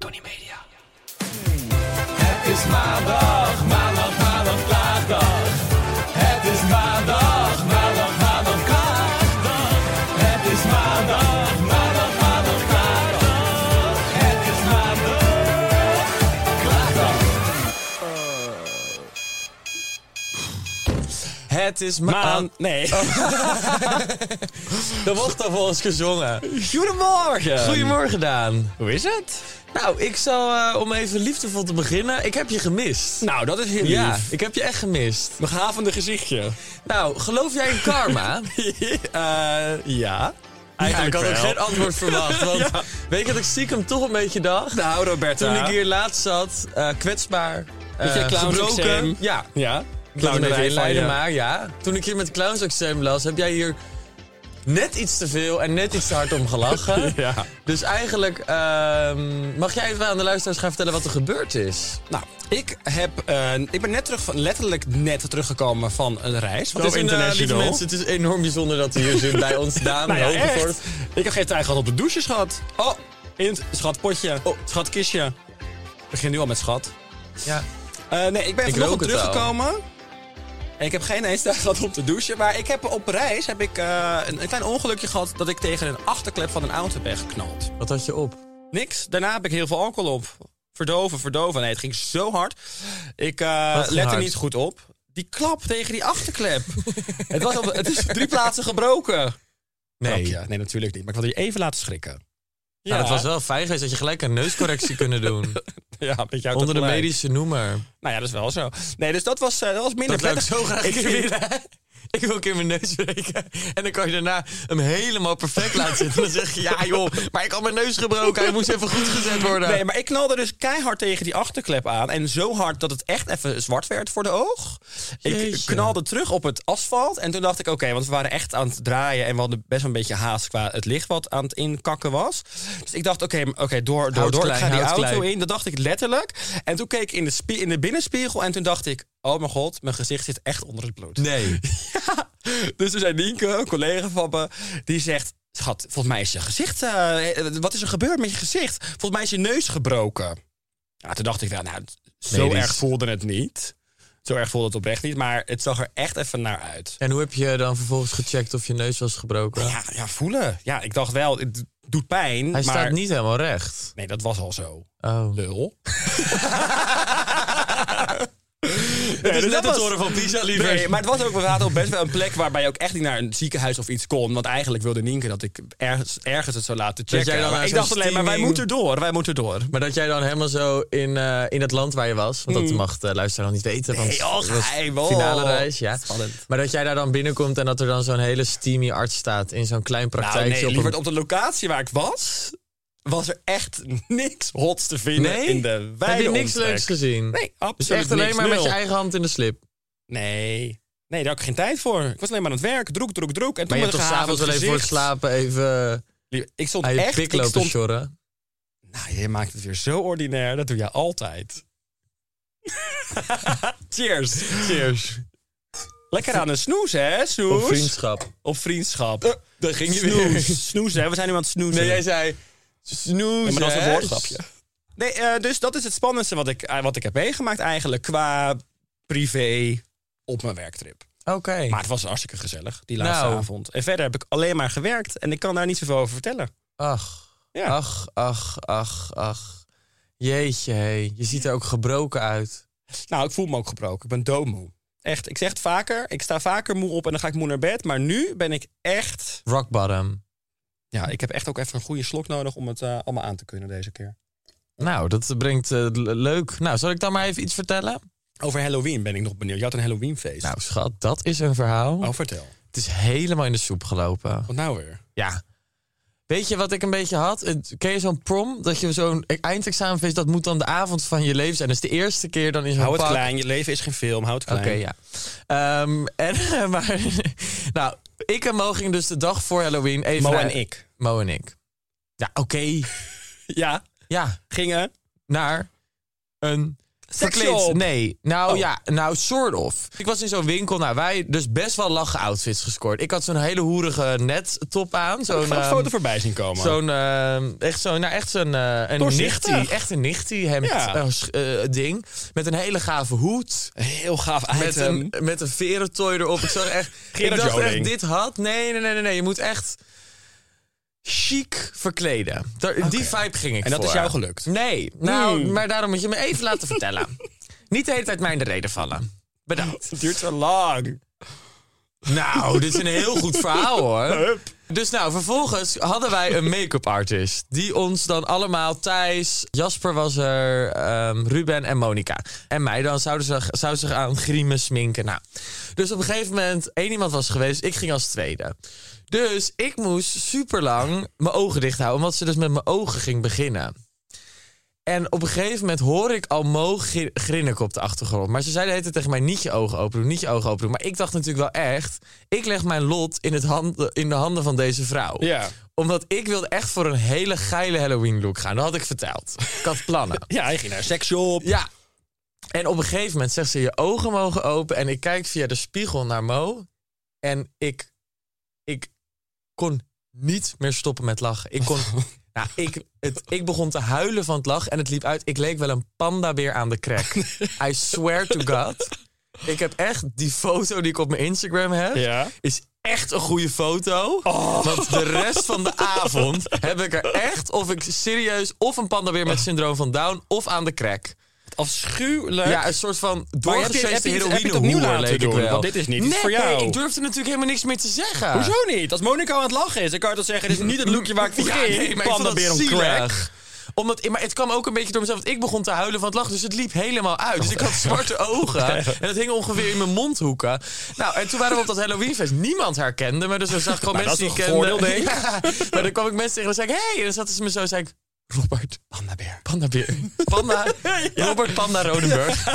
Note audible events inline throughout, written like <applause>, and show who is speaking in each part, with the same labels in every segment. Speaker 1: Tony Media. Het is maandag, maandag, maandag, klaagdag. Het is maandag, maandag, maandag, klaagdag. Het is maandag, maandag, maandag, klaagdag. Het is maandag, klaagdag.
Speaker 2: Het is maan. <laughs> Nee.
Speaker 3: Oh. <laughs>
Speaker 2: er wordt al volgens gezongen. Goedemorgen. Goedemorgen, Daan. Hoe is het? Nou, ik zal eh, om even liefdevol te beginnen. Ik heb je gemist.
Speaker 3: Nou, dat is heel
Speaker 2: ja,
Speaker 3: lief.
Speaker 2: ik heb je echt gemist.
Speaker 3: Nog havende gezichtje.
Speaker 2: Nou, geloof jij in
Speaker 3: <laughs>
Speaker 2: karma?
Speaker 3: Eh, ja.
Speaker 2: Ja, ik
Speaker 3: Eigenlijk
Speaker 2: had
Speaker 3: wel.
Speaker 2: ook geen antwoord verwacht. Want
Speaker 3: <laughs> Ja.
Speaker 2: weet je dat ik stiekem toch een beetje dacht?
Speaker 3: Nou, Roberta.
Speaker 2: Toen ik hier laatst zat, eh, kwetsbaar,
Speaker 3: Met je
Speaker 2: eh,
Speaker 3: clownsexamen.
Speaker 2: gebroken. Ja,
Speaker 3: Ja.
Speaker 2: Ik laat hem even
Speaker 3: Clownerij van
Speaker 2: inleiden,
Speaker 3: je.
Speaker 2: maar ja. Toen ik hier met Clowns Exam las, heb jij hier net iets te veel en net iets te hard om gelachen.
Speaker 3: <laughs> Ja.
Speaker 2: Dus eigenlijk, ehm, mag jij even aan de luisteraars gaan vertellen wat er gebeurd is?
Speaker 3: Nou, ik, heb, eh, ik ben net terug van, letterlijk net teruggekomen van een reis. Wat
Speaker 2: Het is een, eh, lieve
Speaker 3: international?
Speaker 2: mensen, het is enorm bijzonder dat u hier zit bij
Speaker 3: <laughs>
Speaker 2: ons, Daan
Speaker 3: nou ja,
Speaker 2: Hogevorst.
Speaker 3: echt. Ik heb geen tijd gehad op de douche, schat. Oh, in het schatpotje.
Speaker 2: Oh.
Speaker 3: Schatkistje. Ik begin nu al met schat.
Speaker 2: Ja.
Speaker 3: Eh, nee, ik ben
Speaker 2: Ik
Speaker 3: vanochtend
Speaker 2: rook het al.
Speaker 3: teruggekomen. En ik heb geen eens tijd gehad om te douchen. Maar ik heb op reis heb ik, eh, een, een klein ongelukje gehad dat ik tegen een achterklep van een auto ben geknald.
Speaker 2: Wat had je op?
Speaker 3: Niks. Daarna heb ik heel veel alcohol op. Verdoven, verdoven. Nee, het ging zo hard. Ik eh,
Speaker 2: Wat ging
Speaker 3: lette
Speaker 2: hard?
Speaker 3: niet goed op. Die klap tegen die
Speaker 2: <laughs>
Speaker 3: achterklep. het, was op, het is drie plaatsen gebroken.
Speaker 2: Nee.
Speaker 3: Grapje. Nee, natuurlijk niet. Maar ik wilde je even laten schrikken.
Speaker 2: Ja. het was wel fijn geweest dat je gelijk een neuscorrectie kunnen doen.
Speaker 3: <laughs> Ja, met jou
Speaker 2: Onder de
Speaker 3: tegelijk.
Speaker 2: medische noemer.
Speaker 3: Nou ja, dat is wel zo. Nee, dus dat was, eh, dat was minder
Speaker 2: Dat wil ik
Speaker 3: prettig.
Speaker 2: zo graag
Speaker 3: Ik
Speaker 2: ik <laughs>
Speaker 3: vind-
Speaker 2: Ik wil een keer mijn neus breken. En dan kan je daarna hem helemaal perfect laten zitten. En dan zeg je, ja joh, maar ik had mijn neus gebroken. Hij moest even goed gezet <laughs> worden.
Speaker 3: Nee, maar ik knalde dus keihard tegen die achterklep aan. En zo hard dat het echt even zwart werd voor de oog. Ik
Speaker 2: Jeetje.
Speaker 3: knalde terug op het asfalt. En toen dacht ik, oké, want we waren echt aan het draaien. En we hadden best wel een beetje haast qua het licht wat aan het inkakken was. Dus ik dacht, oké, oké, door, door,
Speaker 2: Houd
Speaker 3: door. Ik
Speaker 2: klein,
Speaker 3: ga die
Speaker 2: houd
Speaker 3: auto
Speaker 2: klein.
Speaker 3: in. Dat dacht ik letterlijk. En toen keek ik in de, spie- in de binnenspiegel. En toen dacht ik, oh mijn god, mijn gezicht zit echt onder het bloed.
Speaker 2: Nee.
Speaker 3: <laughs> Ja. Dus er zijn Nienke, een collega van me, die zegt... Schat, volgens mij is je gezicht... eh, eh, wat is er gebeurd met je gezicht? Volgens mij is je neus gebroken. Ja, toen dacht ik wel, nou, zo
Speaker 2: Medisch.
Speaker 3: erg voelde het niet. Zo erg voelde het oprecht niet, maar het zag er echt even naar uit.
Speaker 2: En hoe heb je dan vervolgens gecheckt of je neus was gebroken?
Speaker 3: Ja, ja voelen. Ja, ik dacht wel, het doet pijn,
Speaker 2: Hij
Speaker 3: maar...
Speaker 2: staat niet helemaal recht.
Speaker 3: Nee, dat was al zo.
Speaker 2: Oh.
Speaker 3: Lul. <laughs>
Speaker 2: Het is net
Speaker 3: dus dat
Speaker 2: het
Speaker 3: was-
Speaker 2: toren van Pisa, liever.
Speaker 3: Nee, maar het was ook, we hadden ook best wel een plek waarbij je ook echt niet naar een ziekenhuis of iets kon. Want eigenlijk wilde Nienke dat ik ergens, ergens het zou laten
Speaker 2: jij
Speaker 3: checken.
Speaker 2: dan
Speaker 3: maar
Speaker 2: naar
Speaker 3: ik
Speaker 2: zo'n
Speaker 3: dacht alleen maar, wij
Speaker 2: steaming-
Speaker 3: moeten door, wij moeten door.
Speaker 2: Maar dat jij dan helemaal zo in, eh, in het land waar je was... want dat mag de luisteraar nog niet weten, want
Speaker 3: Hmm. Nee, och,
Speaker 2: het was
Speaker 3: hij wel.
Speaker 2: finale reis. Ja.
Speaker 3: Spannend.
Speaker 2: Maar dat jij daar dan binnenkomt en dat er dan zo'n hele steamy arts staat... in zo'n klein
Speaker 3: Nou
Speaker 2: praktijkje
Speaker 3: nee,
Speaker 2: op een
Speaker 3: lieverd, op de locatie waar ik was, was er echt niks hots te vinden
Speaker 2: Nee?
Speaker 3: in de wijde
Speaker 2: Heb je niks
Speaker 3: omtrek.
Speaker 2: leuks gezien?
Speaker 3: Nee, absoluut
Speaker 2: Dus echt alleen
Speaker 3: niks,
Speaker 2: maar met je
Speaker 3: nul.
Speaker 2: eigen hand in de slip.
Speaker 3: Nee. Nee, daar had ik geen tijd voor. Ik was alleen maar aan het werk, droek, droek, droek. En
Speaker 2: Maar
Speaker 3: toen
Speaker 2: je hebt toch
Speaker 3: werd er
Speaker 2: s'avonds wel
Speaker 3: gehavend
Speaker 2: even voor het
Speaker 3: gezicht.
Speaker 2: slapen even
Speaker 3: Lieverd, Ik stond
Speaker 2: aan je
Speaker 3: echt...
Speaker 2: pik
Speaker 3: ik
Speaker 2: lopen
Speaker 3: stond,
Speaker 2: sjorren.
Speaker 3: nou, je maakt het weer zo ordinair. Dat doe jij
Speaker 2: <laughs>
Speaker 3: altijd. Cheers. Cheers. Lekker aan een snoes, hè, snoes?
Speaker 2: Op vriendschap. Eh,
Speaker 3: Op vriendschap.
Speaker 2: Daar ging
Speaker 3: snoes. Snoes, hè. We zijn nu aan het snoezen.
Speaker 2: Nee, jij zei snoezen.
Speaker 3: Ja, maar dat is een
Speaker 2: hè?
Speaker 3: woordgrapje. Nee, eh, dus dat is het spannendste wat ik, eh, wat ik heb meegemaakt eigenlijk qua privé op mijn werktrip.
Speaker 2: Oké.
Speaker 3: Maar het was hartstikke gezellig, die laatste
Speaker 2: Nou.
Speaker 3: avond. En verder heb ik alleen maar gewerkt en ik kan daar niet zoveel over vertellen.
Speaker 2: Ach,
Speaker 3: Ja.
Speaker 2: ach, ach, ach, ach. Jeetje, hé. Je ziet er ook gebroken uit.
Speaker 3: Nou, ik voel me ook gebroken. Ik ben doodmoe. Echt, ik zeg het vaker. Ik sta vaker moe op en dan ga ik moe naar bed. Maar nu ben ik echt...
Speaker 2: Rock bottom.
Speaker 3: Ja, ik heb echt ook even een goede slok nodig om het eh, allemaal aan te kunnen deze keer.
Speaker 2: Nou, dat brengt eh, le- leuk. Nou, zal ik dan maar even iets vertellen?
Speaker 3: Over Halloween ben ik nog benieuwd. Je had een Halloweenfeest.
Speaker 2: Nou, schat, dat is een verhaal.
Speaker 3: oh, vertel.
Speaker 2: Het is helemaal in de soep gelopen.
Speaker 3: Wat nou weer?
Speaker 2: Ja. Weet je wat ik een beetje had? Het- Ken je zo'n prom? Dat je zo'n eindexamenfeest, dat moet dan de avond van je leven zijn. Dat is de eerste keer dan in zo'n
Speaker 3: Hou het
Speaker 2: pak.
Speaker 3: klein. Je leven is geen film. Hou het
Speaker 2: Oké,
Speaker 3: klein.
Speaker 2: ja. Ehm, en, <laughs> maar, nou, ik en Mo gingen dus de dag voor Halloween even
Speaker 3: Mo
Speaker 2: naar-
Speaker 3: en ik.
Speaker 2: Mo en ik. Ja, oké.
Speaker 3: Ja,
Speaker 2: Ja,
Speaker 3: gingen.
Speaker 2: naar een
Speaker 3: Seksshop.
Speaker 2: verkleed. Nee, nou
Speaker 3: Oh.
Speaker 2: ja, nou sort of. Ik was in zo'n winkel, nou wij dus best wel lachen outfits gescoord. Ik had zo'n hele hoerige net top aan,
Speaker 3: Zo'n
Speaker 2: zo'n ehm,
Speaker 3: foto voorbij zien komen.
Speaker 2: Zo'n, ehm, echt zo'n, nou echt zo'n, eh, een
Speaker 3: Doorzichtig.
Speaker 2: nichtie, echt een nichtie hemd
Speaker 3: Ja.
Speaker 2: eh, sch- eh, ding. Met een hele gave hoed.
Speaker 3: Heel gaaf
Speaker 2: Met
Speaker 3: item.
Speaker 2: een, met een verentooi erop. Ik, zag
Speaker 3: <laughs>
Speaker 2: echt, ik
Speaker 3: Gerard
Speaker 2: dacht echt,
Speaker 3: Joling.
Speaker 2: dit had... Nee, nee, nee, nee, nee. Je moet echt chic verkleden. Daar- Die vibe ging ik
Speaker 3: En dat is
Speaker 2: voor.
Speaker 3: jou gelukt?
Speaker 2: Nee. Nou,
Speaker 3: Hmm.
Speaker 2: maar daarom moet je me even laten vertellen.
Speaker 3: <laughs>
Speaker 2: Niet de hele tijd mij in de reden vallen. Bedankt.
Speaker 3: Het duurt zo lang.
Speaker 2: Nou, dit is een heel goed verhaal hoor. Dus nou, vervolgens hadden wij een make-up artist. Die ons dan allemaal, Thijs, Jasper was er, ehm, Ruben en Monica. En mij dan zouden ze, zouden ze zich aan griemen sminken. Nou, dus op een gegeven moment, één iemand was geweest, ik ging als tweede. Dus ik moest super lang mijn ogen dicht houden, omdat ze dus met mijn ogen ging beginnen. En op een gegeven moment hoor ik al Mo gri- grinniken op de achtergrond. Maar ze zei de hele tijd tegen mij, niet je ogen open doen, niet je ogen open doen. Maar ik dacht natuurlijk wel echt, ik leg mijn lot in, het handen, in de handen van deze vrouw.
Speaker 3: Ja.
Speaker 2: Omdat ik wilde echt voor een hele geile Halloween look gaan. Dat had ik verteld. Ik had plannen.
Speaker 3: Ja, hij ging naar een seksshop.
Speaker 2: Ja. En op een gegeven moment zegt ze: Je ogen mogen open. En ik kijk via de spiegel naar Mo. En ik, ik kon niet meer stoppen met lachen. Ik, kon, nou, ik, het, ik begon te huilen van het lachen. En het liep uit. Ik leek wel een pandabeer aan de crack. I swear to God. Ik heb echt die foto die ik op mijn Instagram heb.
Speaker 3: Ja.
Speaker 2: Is echt een goede foto. Want de rest van de avond heb ik er echt of ik serieus of een pandabeer met syndroom van Down of aan de crack.
Speaker 3: Afschuwelijk.
Speaker 2: Ja, een soort van
Speaker 3: Maar heb je- heb
Speaker 2: doorgeschreven
Speaker 3: je het-
Speaker 2: heroïne
Speaker 3: heb je het opnieuw laten
Speaker 2: leek ik
Speaker 3: doen?
Speaker 2: wel.
Speaker 3: Want dit is niet iets
Speaker 2: nee,
Speaker 3: voor jou.
Speaker 2: Nee, ik durfde natuurlijk helemaal niks meer te zeggen.
Speaker 3: Hoezo niet? Als Monica aan het lachen is, dan kan je toch zeggen... dit is niet het lookje waar ik voor
Speaker 2: Ja,
Speaker 3: ging.
Speaker 2: nee, maar ik vond dat
Speaker 3: Pandabeer om crack.
Speaker 2: zielig. Omdat, maar het kwam ook een beetje door mezelf. Want ik begon te huilen van het lachen. Dus het liep helemaal uit. Dus ik had zwarte ogen. En dat hing ongeveer in mijn mondhoeken. Nou, en toen waren we op dat Halloweenfest. Niemand herkende me. Dus dan zag ik gewoon
Speaker 3: Nou,
Speaker 2: mensen
Speaker 3: dat is
Speaker 2: die ik
Speaker 3: toch een
Speaker 2: kende.
Speaker 3: voordeel, denk
Speaker 2: <laughs>
Speaker 3: ik?
Speaker 2: Ja, maar dan kwam ik mensen tegen en dan zei ik... Hey! En dan zaten ze me zo en zei ik... Robert,
Speaker 3: Pandabeer.
Speaker 2: Pandabeer. Panda, Robert Panda Rodenburg.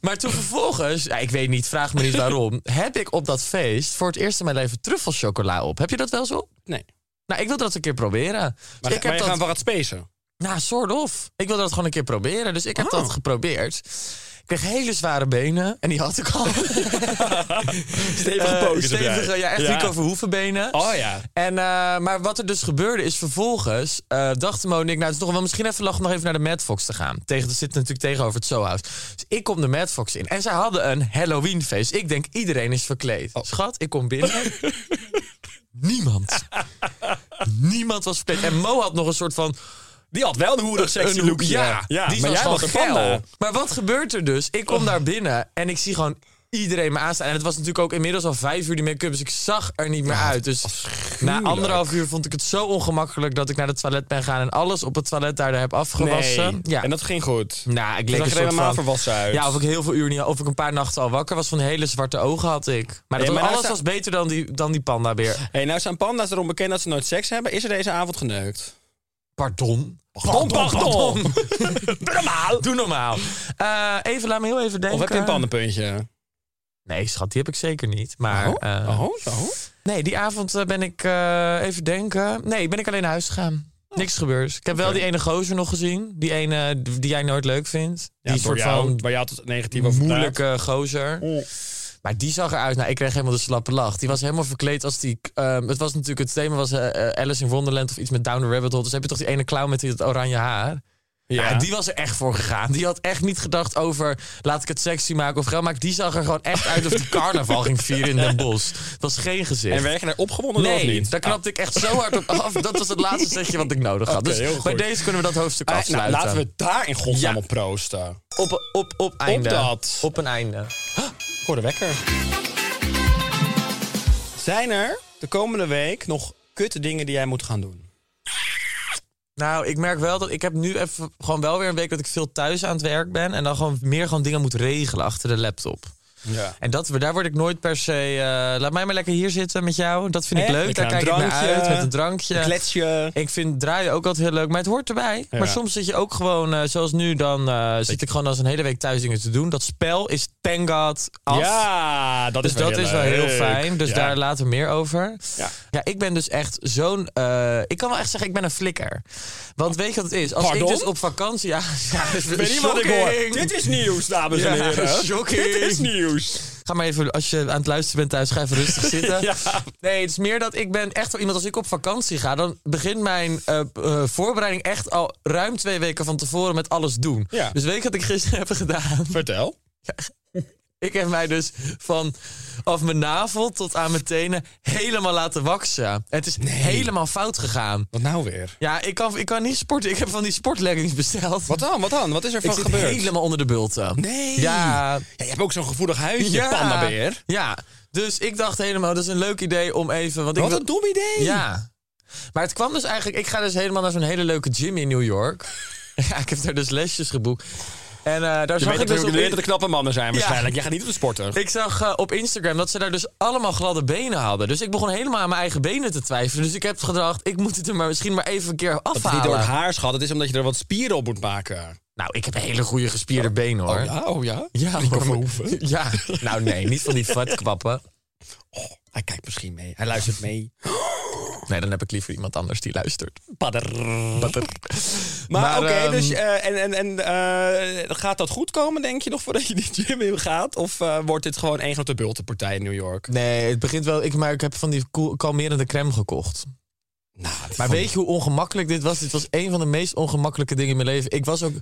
Speaker 2: Maar toen vervolgens, ja, ik weet niet, vraag me niet waarom... heb ik op dat feest voor het eerst in mijn leven truffelchocola op. Heb je dat wel eens op?
Speaker 3: Nee.
Speaker 2: Nou, ik wilde dat een keer proberen.
Speaker 3: Maar,
Speaker 2: ik
Speaker 3: maar je
Speaker 2: heb
Speaker 3: gaat
Speaker 2: dat,
Speaker 3: wel het spacen.
Speaker 2: nou, soort of. Ik wilde dat gewoon een keer proberen. Dus
Speaker 3: Oh.
Speaker 2: ik heb dat geprobeerd. Ik kreeg hele zware benen. En die had ik
Speaker 3: <laughs>
Speaker 2: al.
Speaker 3: <laughs> Stevige
Speaker 2: Eh,
Speaker 3: poses heb jij.
Speaker 2: stevige, ja, echt
Speaker 3: Ja.
Speaker 2: Rico Verhoevenbenen.
Speaker 3: Oh ja.
Speaker 2: En, eh, maar wat er dus gebeurde is vervolgens eh dachten Mo en ik, nou het is toch wel misschien even lachen om nog even naar de Mad Fox te gaan. Tegen, dat zit natuurlijk tegenover het Sohouse. Dus ik kom de Mad Fox in en zij hadden een Halloweenfeest. Ik denk iedereen is verkleed.
Speaker 3: Oh.
Speaker 2: Schat, ik kom
Speaker 3: <laughs>
Speaker 2: binnen. Niemand. Niemand was verkleed. En Mo had nog een soort van
Speaker 3: Die had wel een hoerig sexy
Speaker 2: een hoek,
Speaker 3: lookje.
Speaker 2: Ja, die
Speaker 3: maar
Speaker 2: was
Speaker 3: jij
Speaker 2: van
Speaker 3: was een
Speaker 2: geil.
Speaker 3: panda.
Speaker 2: Maar wat gebeurt er dus? Ik
Speaker 3: Oh.
Speaker 2: kom daar binnen en ik zie gewoon iedereen me aanstaan. En het was natuurlijk ook inmiddels al vijf uur die make-up, dus ik zag er niet meer uit. Dus na anderhalf uur vond ik het zo ongemakkelijk dat ik naar het toilet ben gaan en alles op het toilet daar heb afgewassen.
Speaker 3: Nee.
Speaker 2: Ja.
Speaker 3: En dat ging goed.
Speaker 2: nou, ik leek
Speaker 3: zag er
Speaker 2: een soort
Speaker 3: helemaal
Speaker 2: van-
Speaker 3: verwassen uit.
Speaker 2: Ja, of ik heel veel uur niet, of ik een paar nachten al wakker was van hele zwarte ogen had ik. Maar, dat
Speaker 3: Nee,
Speaker 2: was-
Speaker 3: maar nou
Speaker 2: alles
Speaker 3: sta-
Speaker 2: was beter dan die, dan die panda weer.
Speaker 3: Hey, nou zijn panda's erom bekend dat ze nooit seks hebben. Is er deze avond geneukt?
Speaker 2: Pardon.
Speaker 3: <laughs> Doe normaal.
Speaker 2: Doe normaal. Eh, even, laat me heel even denken.
Speaker 3: Of heb je een pandenpuntje?
Speaker 2: Nee, schat, die heb ik zeker niet. Maar eh,
Speaker 3: Oh, oh.
Speaker 2: nee, die avond eh, ben ik eh, even denken. Nee, ben ik alleen naar huis gegaan.
Speaker 3: Oh.
Speaker 2: Niks gebeurd. Ik heb wel die ene gozer nog gezien. Die ene d- die jij nooit leuk vindt.
Speaker 3: Ja,
Speaker 2: die
Speaker 3: die voor
Speaker 2: soort
Speaker 3: jou, Oh.
Speaker 2: van
Speaker 3: waar je altijd negatief over
Speaker 2: moeilijke gozer. Maar die zag eruit. Nou, ik kreeg helemaal de slappe lach. Die was helemaal verkleed als die. ehm, het was natuurlijk het thema was eh, eh, Alice in Wonderland of iets met Down the Rabbit Hole. Dus heb je toch die ene clown met die, dat oranje haar? Ja. die was er echt voor gegaan. Die had echt niet gedacht over laat ik het sexy maken of geld maken. Die zag er gewoon echt uit of
Speaker 3: <laughs>
Speaker 2: die carnaval ging vieren in Den Bosch. Het was geen gezicht.
Speaker 3: En werd je daar opgewonden door
Speaker 2: Nee,
Speaker 3: of niet? Oh.
Speaker 2: daar knapte ik echt zo hard
Speaker 3: <laughs>
Speaker 2: op af. Dat was het laatste setje wat ik nodig had.
Speaker 3: Oké, heel
Speaker 2: dus
Speaker 3: goed.
Speaker 2: bij deze kunnen we dat hoofdstuk
Speaker 3: Ah, nou,
Speaker 2: afsluiten.
Speaker 3: laten we daar in godsnaam
Speaker 2: Ja.
Speaker 3: op proosten.
Speaker 2: op, op, op einde.
Speaker 3: dat.
Speaker 2: Op een einde.
Speaker 3: Ik hoor de wekker. Zijn er de komende week nog kutte dingen die jij moet gaan doen?
Speaker 2: Nou, ik merk wel dat ik heb nu even gewoon wel weer een week dat ik veel thuis aan het werk ben. En dan gewoon meer gewoon dingen moet regelen achter de laptop.
Speaker 3: Ja.
Speaker 2: En dat, daar word ik nooit per se. eh, laat mij maar lekker hier zitten met jou. Dat vind ik
Speaker 3: Echt?
Speaker 2: leuk.
Speaker 3: Lekker
Speaker 2: Daar
Speaker 3: aan
Speaker 2: kijk
Speaker 3: een
Speaker 2: ik naar
Speaker 3: drankje,
Speaker 2: uit. Met een drankje.
Speaker 3: Klets je.
Speaker 2: Ik vind draaien ook altijd heel leuk, maar het hoort erbij.
Speaker 3: Ja.
Speaker 2: Maar soms zit je ook gewoon, eh, zoals nu, dan eh, zit ik gewoon als een hele week thuis dingen te doen. Dat spel is thank god af.
Speaker 3: Ja, dat
Speaker 2: dus
Speaker 3: is wel
Speaker 2: dat
Speaker 3: heel
Speaker 2: is wel heel
Speaker 3: leuk.
Speaker 2: fijn. Dus
Speaker 3: Ja.
Speaker 2: daar later meer over.
Speaker 3: Ja.
Speaker 2: ik ben dus echt zo'n. eh, ik kan wel echt zeggen, ik ben een flikker. Want weet je wat het is? Als
Speaker 3: Pardon?
Speaker 2: ik dus op vakantie. <laughs> Ja, ja dat is
Speaker 3: Ik weet niet wat ik
Speaker 2: shocking.
Speaker 3: hoor. Dit is nieuws, dames en
Speaker 2: Ja,
Speaker 3: heren.
Speaker 2: shocking.
Speaker 3: Dit is nieuws.
Speaker 2: Ga maar even, als je aan het luisteren bent thuis, ga even
Speaker 3: <laughs>
Speaker 2: rustig zitten.
Speaker 3: Ja.
Speaker 2: Nee, het is meer dat ik ben echt wel iemand, als ik op vakantie ga, dan begint mijn eh, eh, voorbereiding echt al ruim twee weken van tevoren met alles doen.
Speaker 3: Ja.
Speaker 2: Dus weet ik wat ik gisteren <laughs> heb gedaan?
Speaker 3: Vertel.
Speaker 2: Ik heb mij dus van af mijn navel tot aan mijn tenen helemaal laten waksen. Het is helemaal fout gegaan.
Speaker 3: Wat nou weer?
Speaker 2: Ja, ik kan, ik kan niet sporten. Ik heb van die sportleggings besteld.
Speaker 3: Wat dan? Wat dan? Wat is er
Speaker 2: Ik
Speaker 3: van
Speaker 2: zit
Speaker 3: gebeurd?
Speaker 2: helemaal onder de bulten.
Speaker 3: Nee.
Speaker 2: Ja,
Speaker 3: Ja, je hebt ook zo'n gevoelig huidje, pandabeer.
Speaker 2: Ja, dus ik dacht helemaal, dat is een leuk idee om even... Want ik
Speaker 3: Wat
Speaker 2: wil-
Speaker 3: een dom idee.
Speaker 2: Ja. Maar het kwam dus eigenlijk... Ik ga dus helemaal naar zo'n hele leuke gym in New York. <laughs> ja, ik heb daar dus lesjes geboekt. En eh, daar
Speaker 3: Je
Speaker 2: zag
Speaker 3: weet
Speaker 2: ik dus
Speaker 3: natuurlijk
Speaker 2: op...
Speaker 3: weer
Speaker 2: in-
Speaker 3: dat er knappe mannen zijn waarschijnlijk. Jij gaat niet op de sporten.
Speaker 2: Ik zag eh, op Instagram dat ze daar dus allemaal gladde benen hadden. Dus ik begon helemaal aan mijn eigen benen te twijfelen. Dus ik heb gedacht, ik moet het er maar misschien maar even een keer
Speaker 3: Dat is niet
Speaker 2: afhalen.
Speaker 3: door het haar, schat. Het is omdat je er wat spieren op moet maken.
Speaker 2: Nou, ik heb hele goede gespierde benen, hoor.
Speaker 3: oh ja?
Speaker 2: Ja, hoor.
Speaker 3: Die kan verhoeven.
Speaker 2: <laughs> Ja, nou nee, niet van die vatkwappen.
Speaker 3: Oh, Hij kijkt misschien mee. Hij luistert mee. <gasps>
Speaker 2: Nee, dan heb ik liever iemand anders die luistert.
Speaker 3: <laughs> Padder.
Speaker 2: Badder.
Speaker 3: <laughs> Maar,
Speaker 2: Maar,
Speaker 3: oké,
Speaker 2: ehm,
Speaker 3: dus eh, en, en, en eh, gaat dat goed komen, denk je, nog voordat je <laughs> die gym in gaat? Of eh, wordt dit gewoon één grote bultenpartij in New York?
Speaker 2: Nee, het begint wel. Ik, maar ik heb van die koel- kalmerende crème gekocht.
Speaker 3: Nou,
Speaker 2: Maar weet je hoe ongemakkelijk dit was? Dit was een van de meest ongemakkelijke dingen in mijn leven. Ik
Speaker 3: <laughs>
Speaker 2: was ook.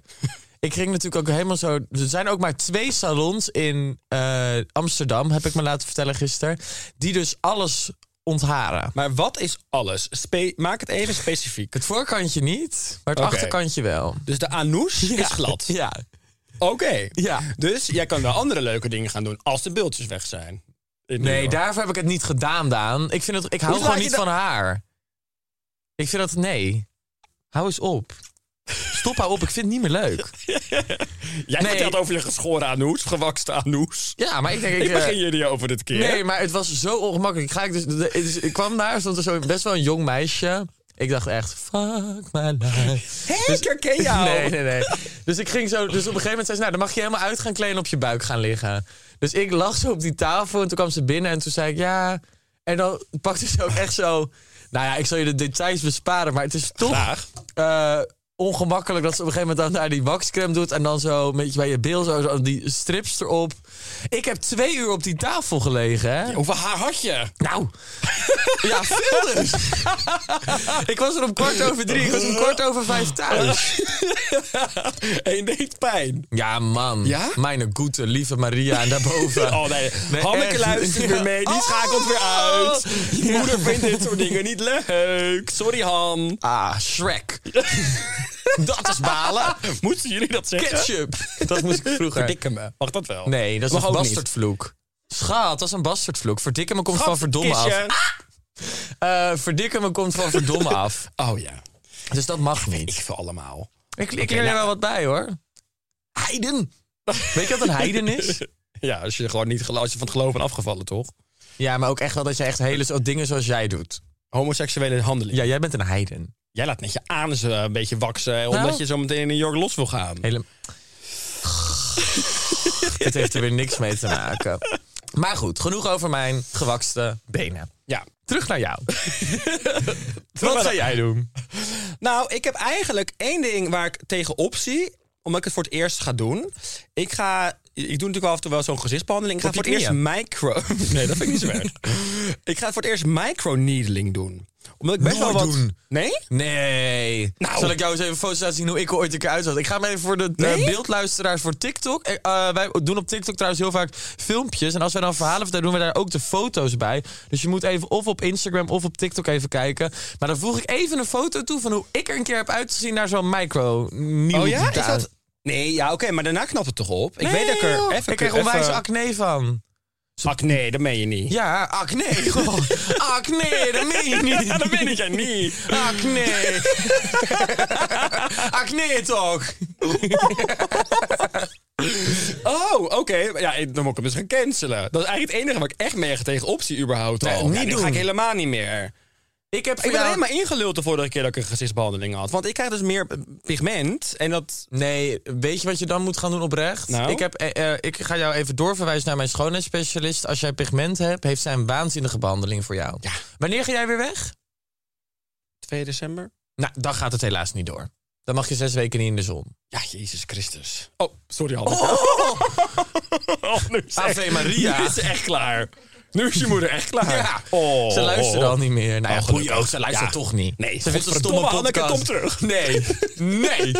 Speaker 2: Ik ging natuurlijk ook helemaal zo. Er zijn ook maar twee salons in eh, Amsterdam, heb ik me laten vertellen gisteren. Die dus alles ontharen.
Speaker 3: Maar wat is alles? Spe- maak het even specifiek.
Speaker 2: Het voorkantje niet, maar het
Speaker 3: Oké.
Speaker 2: achterkantje wel.
Speaker 3: Dus de <laughs> anus is glad.
Speaker 2: Ja.
Speaker 3: Oké.
Speaker 2: Ja.
Speaker 3: Dus jij kan wel andere leuke dingen gaan doen als de bultjes weg zijn. In New
Speaker 2: Nee,
Speaker 3: York.
Speaker 2: daarvoor heb ik het niet gedaan, Daan. Ik, vind het, ik hou
Speaker 3: Hoe laat
Speaker 2: gewoon
Speaker 3: je
Speaker 2: niet
Speaker 3: dat-
Speaker 2: van haar. Ik vind dat. Nee. Hou eens op. Stop, hou op. Ik vind het niet meer
Speaker 3: <laughs>
Speaker 2: leuk.
Speaker 3: Jij
Speaker 2: Nee.
Speaker 3: vertelt over je geschoren anus, gewakste anus.
Speaker 2: Ja, maar ik denk. Ik,
Speaker 3: Ik begin
Speaker 2: eh,
Speaker 3: jullie over dit keer.
Speaker 2: Nee, maar het was zo ongemakkelijk. Ga ik, dus, de- dus ik kwam daar, stond er zo best wel een jong meisje. Ik dacht echt, fuck my life. Dus-
Speaker 3: Hé, ik
Speaker 2: <laughs>
Speaker 3: herken jou.
Speaker 2: Nee, nee, nee. Dus ik ging zo. Dus op een gegeven moment zei ze: Nou, dan mag je helemaal uit gaan kleden en op je buik gaan liggen. Dus ik lag zo op die tafel en toen kwam ze binnen en toen zei ik: Ja. En dan pakte ze ook echt zo. Nou ja, ik zal je de details besparen, maar het is toch
Speaker 3: Graag.
Speaker 2: eh, ongemakkelijk dat ze op een gegeven moment dan daar die waxcreme doet en dan zo een beetje bij je bil zo, zo die strips erop. Ik heb twee uur op die tafel gelegen, hè?
Speaker 3: Hoeveel haar had je? <laughs>
Speaker 2: Nou, <laughs> ja, veel dus. <laughs> ik was er om kwart over drie, ik was om kwart over vijf
Speaker 3: Oh.
Speaker 2: thuis.
Speaker 3: Eén deed pijn.
Speaker 2: Ja, man.
Speaker 3: Ja?
Speaker 2: Mijn goede, lieve Maria en daarboven.
Speaker 3: Oh nee,
Speaker 2: Nee,
Speaker 3: Hanneke
Speaker 2: echt.
Speaker 3: luistert weer mee, die
Speaker 2: Oh!
Speaker 3: schakelt weer uit. Je
Speaker 2: Ja.
Speaker 3: moeder vindt dit soort dingen niet leuk. Sorry Han.
Speaker 2: Ah, Shrek. <laughs> dat is balen.
Speaker 3: Moesten jullie dat zeggen?
Speaker 2: Ketchup. Dat moest ik vroeger.
Speaker 3: Verdikken me. Mag dat wel?
Speaker 2: Nee, dat is
Speaker 3: Mag
Speaker 2: een
Speaker 3: ook niet.
Speaker 2: bastardvloek. Schat, dat is een bastardvloek. Verdikken me komt van verdomme af.
Speaker 3: Kistje.
Speaker 2: Eh verdikken me komt van <laughs> verdomme af.
Speaker 3: Oh ja,
Speaker 2: Dus dat mag
Speaker 3: ik
Speaker 2: niet.
Speaker 3: veel allemaal.
Speaker 2: Ik, ik leer er wel wat bij, hoor. nou- Heiden. Weet je wat een heiden is?
Speaker 3: <laughs> Ja, als je gewoon niet gelo- als je van het geloof bent afgevallen, toch?
Speaker 2: <laughs> Ja, maar ook echt wel dat je echt hele zo- dingen zoals jij doet.
Speaker 3: Homoseksuele handeling.
Speaker 2: Ja, jij bent een heiden.
Speaker 3: Jij laat net je anus eh, een beetje waksen, omdat
Speaker 2: Nou.
Speaker 3: je zo meteen in New York los wil gaan.
Speaker 2: <laughs> Hele... Het heeft er weer niks mee te maken. Maar goed, genoeg over mijn gewakste benen.
Speaker 3: Ja.
Speaker 2: Terug naar <laughs> jou. Wat zou jij doen?
Speaker 3: Nou, ik heb eigenlijk één ding waar ik tegenop zie, omdat ik het voor het eerst ga doen. Ik ga ik doe natuurlijk af en toe wel zo'n gezichtsbehandeling. Ik ga
Speaker 2: Op je
Speaker 3: voor het eerst
Speaker 2: knieën?
Speaker 3: micro... <laughs> Nee, dat vind ik niet zo erg. ik ga voor het eerst microneedling doen. Omdat ik best wel
Speaker 2: Nooit
Speaker 3: wat...
Speaker 2: doen.
Speaker 3: Nee?
Speaker 2: Nee.
Speaker 3: Nou.
Speaker 2: Zal ik jou eens even foto's laten zien hoe ik er ooit een keer uitzag? Ik ga hem even voor de eh,
Speaker 3: Nee?
Speaker 2: beeldluisteraars voor TikTok. Eh, eh, wij doen op TikTok trouwens heel vaak filmpjes. En als wij dan verhalen vertellen, doen we daar ook de foto's bij. Dus je moet even of op Instagram of op TikTok even kijken. Maar dan voeg ik even een foto toe van hoe ik er een keer heb uitgezien naar zo'n micro.
Speaker 3: Oh ja? Is dat... Nee, ja, oké, maar daarna knapt het toch op? Ik weet dat ik er... Even,
Speaker 2: ik krijg onwijs
Speaker 3: even-
Speaker 2: acne van.
Speaker 3: Ak, nee, dat meen je niet.
Speaker 2: Ja, acne. Goh. acne, dat meen je
Speaker 3: <laughs>
Speaker 2: niet.
Speaker 3: dat meen ik jij
Speaker 2: <laughs>
Speaker 3: niet.
Speaker 2: Acne. acne talk.
Speaker 3: Oh, oké. Ja, dan moet ik hem dus gaan cancelen. Dat is eigenlijk het enige waar ik echt mee tegen optie überhaupt al.
Speaker 2: Nee, niet
Speaker 3: ja, dit
Speaker 2: doen.
Speaker 3: ga ik helemaal niet meer.
Speaker 2: Ik heb
Speaker 3: Ik
Speaker 2: voor
Speaker 3: ben
Speaker 2: jou-
Speaker 3: alleen maar ingeluld de vorige keer dat ik een gezichtsbehandeling had. Want ik krijg dus meer eh, pigment. En dat...
Speaker 2: Nee, weet je wat je dan moet gaan doen oprecht?
Speaker 3: Nou?
Speaker 2: Ik, heb, eh, eh, ik ga jou even doorverwijzen naar mijn schoonheidsspecialist. Als jij pigment hebt, heeft zij een waanzinnige behandeling voor jou. Wanneer ga jij weer weg?
Speaker 3: 2 december?
Speaker 2: Nou, dan gaat het helaas niet door. Dan mag je zes weken niet in de zon.
Speaker 3: Ja, Jezus Christus. Oh, sorry Hanneke. <laughs> Oh, nu is
Speaker 2: Ave
Speaker 3: echt-
Speaker 2: Maria.
Speaker 3: Nu is ze echt klaar. Nu is je moeder echt klaar.
Speaker 2: Ja.
Speaker 3: Oh,
Speaker 2: ze luistert
Speaker 3: oh, oh.
Speaker 2: al niet meer. Nou ja,
Speaker 3: Oh,
Speaker 2: goeie
Speaker 3: gelukkig.
Speaker 2: ook, ze luistert
Speaker 3: Ja.
Speaker 2: toch niet.
Speaker 3: Nee,
Speaker 2: ze vindt een
Speaker 3: godverdomme,
Speaker 2: stomme
Speaker 3: Hanneke,
Speaker 2: podcast.
Speaker 3: kom terug.
Speaker 2: Nee,
Speaker 3: <laughs>
Speaker 2: nee.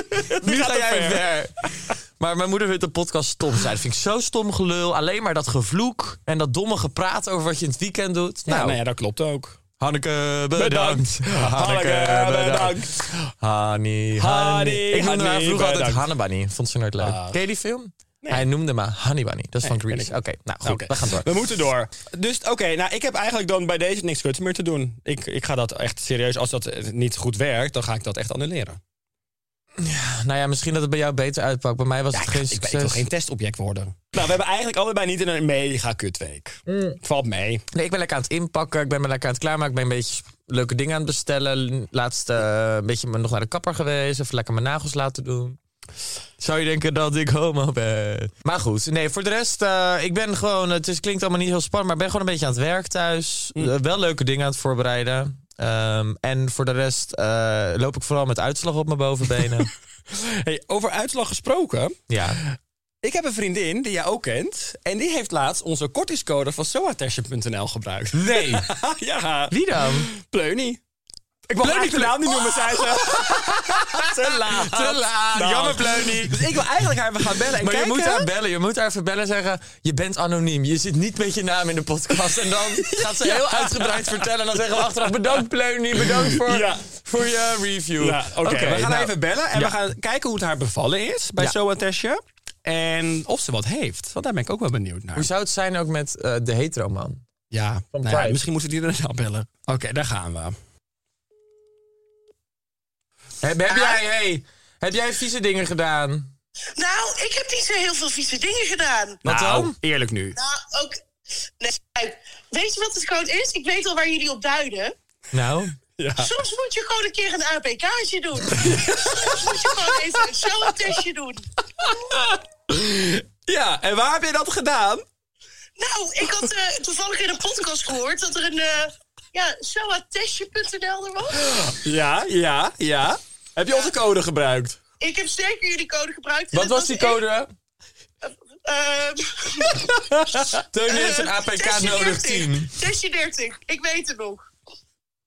Speaker 2: nu
Speaker 3: gaat
Speaker 2: ga
Speaker 3: te
Speaker 2: jij
Speaker 3: ver.
Speaker 2: ver. Maar mijn moeder vindt de podcast stom. Zij vindt zo stom gelul. Alleen maar dat gevloek en dat domme gepraat over wat je in het weekend doet.
Speaker 3: Ja, nou ja, dat klopt ook.
Speaker 2: Hanneke, bedankt.
Speaker 3: Bedankt. Hanneke, bedankt.
Speaker 2: Honey, honey.
Speaker 3: Honey,
Speaker 2: Ik noemde haar
Speaker 3: honey,
Speaker 2: vroeger altijd
Speaker 3: bedankt.
Speaker 2: Hanne Bunny. Vond ze nooit leuk.
Speaker 3: Ah.
Speaker 2: Ken je die film? Hij noemde me Honey Bunny. Dat is van
Speaker 3: ken
Speaker 2: Grease.
Speaker 3: ik
Speaker 2: Oké,
Speaker 3: niet.
Speaker 2: nou goed,
Speaker 3: Oké.
Speaker 2: we gaan door.
Speaker 3: We moeten door. Dus oké, nou ik heb eigenlijk dan bij deze niks kuts meer te doen. Ik, ik ga dat echt serieus, als dat eh, niet goed werkt, dan ga ik dat echt annuleren.
Speaker 2: Nou ja, misschien dat het bij jou beter uitpakt. Bij mij was het
Speaker 3: ik,
Speaker 2: geen
Speaker 3: ik,
Speaker 2: succes.
Speaker 3: ik wil geen testobject worden. Nou, we hebben eigenlijk allebei niet in een mega kutweek. Valt mee.
Speaker 2: Nee, ik ben lekker aan het inpakken. Ik ben me lekker aan het klaarmaken. Ik ben een beetje leuke dingen aan het bestellen. Laatst eh, een beetje nog naar de kapper geweest. Even lekker mijn nagels laten doen. Zou je denken dat ik homo ben? Maar goed, nee, voor de rest, eh, ik ben gewoon... Het is, klinkt allemaal niet heel spannend, maar ik ben gewoon een beetje aan het werk thuis. Eh, wel leuke dingen aan het voorbereiden. Ehm, en voor de rest eh, loop ik vooral met uitslag op mijn bovenbenen.
Speaker 3: Hey, over uitslag gesproken.
Speaker 2: ja.
Speaker 3: Ik heb een vriendin die jij ook kent. En die heeft laatst onze kortingscode van soatesje.nl gebruikt.
Speaker 2: Nee.
Speaker 3: <laughs> ja.
Speaker 2: Wie dan?
Speaker 3: Pleunie. Ik wil
Speaker 2: Pleunie
Speaker 3: eigenlijk de
Speaker 2: Pleu-
Speaker 3: naam niet noemen, zei ze. <laughs> Te laat.
Speaker 2: Te laat.
Speaker 3: Nou.
Speaker 2: Jammer, Pleunie.
Speaker 3: Dus ik wil eigenlijk haar even gaan bellen en
Speaker 2: Maar je
Speaker 3: kijken.
Speaker 2: moet haar bellen. Je moet haar even bellen en zeggen... je bent anoniem. Je zit niet met je naam in de podcast. En
Speaker 3: <laughs>
Speaker 2: dan gaat ze heel uitgebreid vertellen. En dan zeggen we achteraf... bedankt Pleunie, bedankt voor,
Speaker 3: Ja.
Speaker 2: voor je review.
Speaker 3: Ja, oké. we gaan
Speaker 2: nou,
Speaker 3: haar even bellen en
Speaker 2: ja.
Speaker 3: we gaan kijken hoe het haar bevallen is bij
Speaker 2: Ja.
Speaker 3: soatesje. En of ze wat heeft. Want daar ben ik ook wel benieuwd naar.
Speaker 2: Hoe zou het zijn ook met eh, de heteroman?
Speaker 3: Ja, nou ja,
Speaker 2: Pride.
Speaker 3: misschien moeten we die er dan bellen. Oké, daar gaan we.
Speaker 2: Heb,
Speaker 3: Ah.
Speaker 2: heb jij... Hey, heb jij vieze dingen gedaan?
Speaker 4: Nou, ik heb niet zo heel veel vieze dingen gedaan.
Speaker 2: Wat
Speaker 3: nou,
Speaker 2: dan?
Speaker 3: eerlijk nu.
Speaker 4: Nou, ook... Nee, kijk, weet je wat het gewoon is? Ik weet al waar jullie op duiden.
Speaker 2: Nou...
Speaker 4: Soms moet je gewoon een keer een APK'tje
Speaker 2: <laughs>
Speaker 4: doen. Soms moet je gewoon even een cellentestje doen.
Speaker 3: Ja, en waar heb je dat gedaan?
Speaker 4: Nou, ik had eh, toevallig in een podcast gehoord dat er een... eh ja, soatestje.nl er was.
Speaker 2: <gasps>
Speaker 3: Ja, ja, ja. Heb je onze code gebruikt?
Speaker 4: Ik heb zeker jullie code gebruikt. en
Speaker 2: Wat
Speaker 4: het
Speaker 2: was die
Speaker 4: echt,
Speaker 2: code? <laughs>
Speaker 4: ehm,
Speaker 2: Teun heeft
Speaker 4: <laughs>
Speaker 2: een
Speaker 4: eh,
Speaker 2: APK
Speaker 4: testje
Speaker 2: nodig
Speaker 4: 30.
Speaker 2: 10.
Speaker 4: Testje 30, ik weet het nog.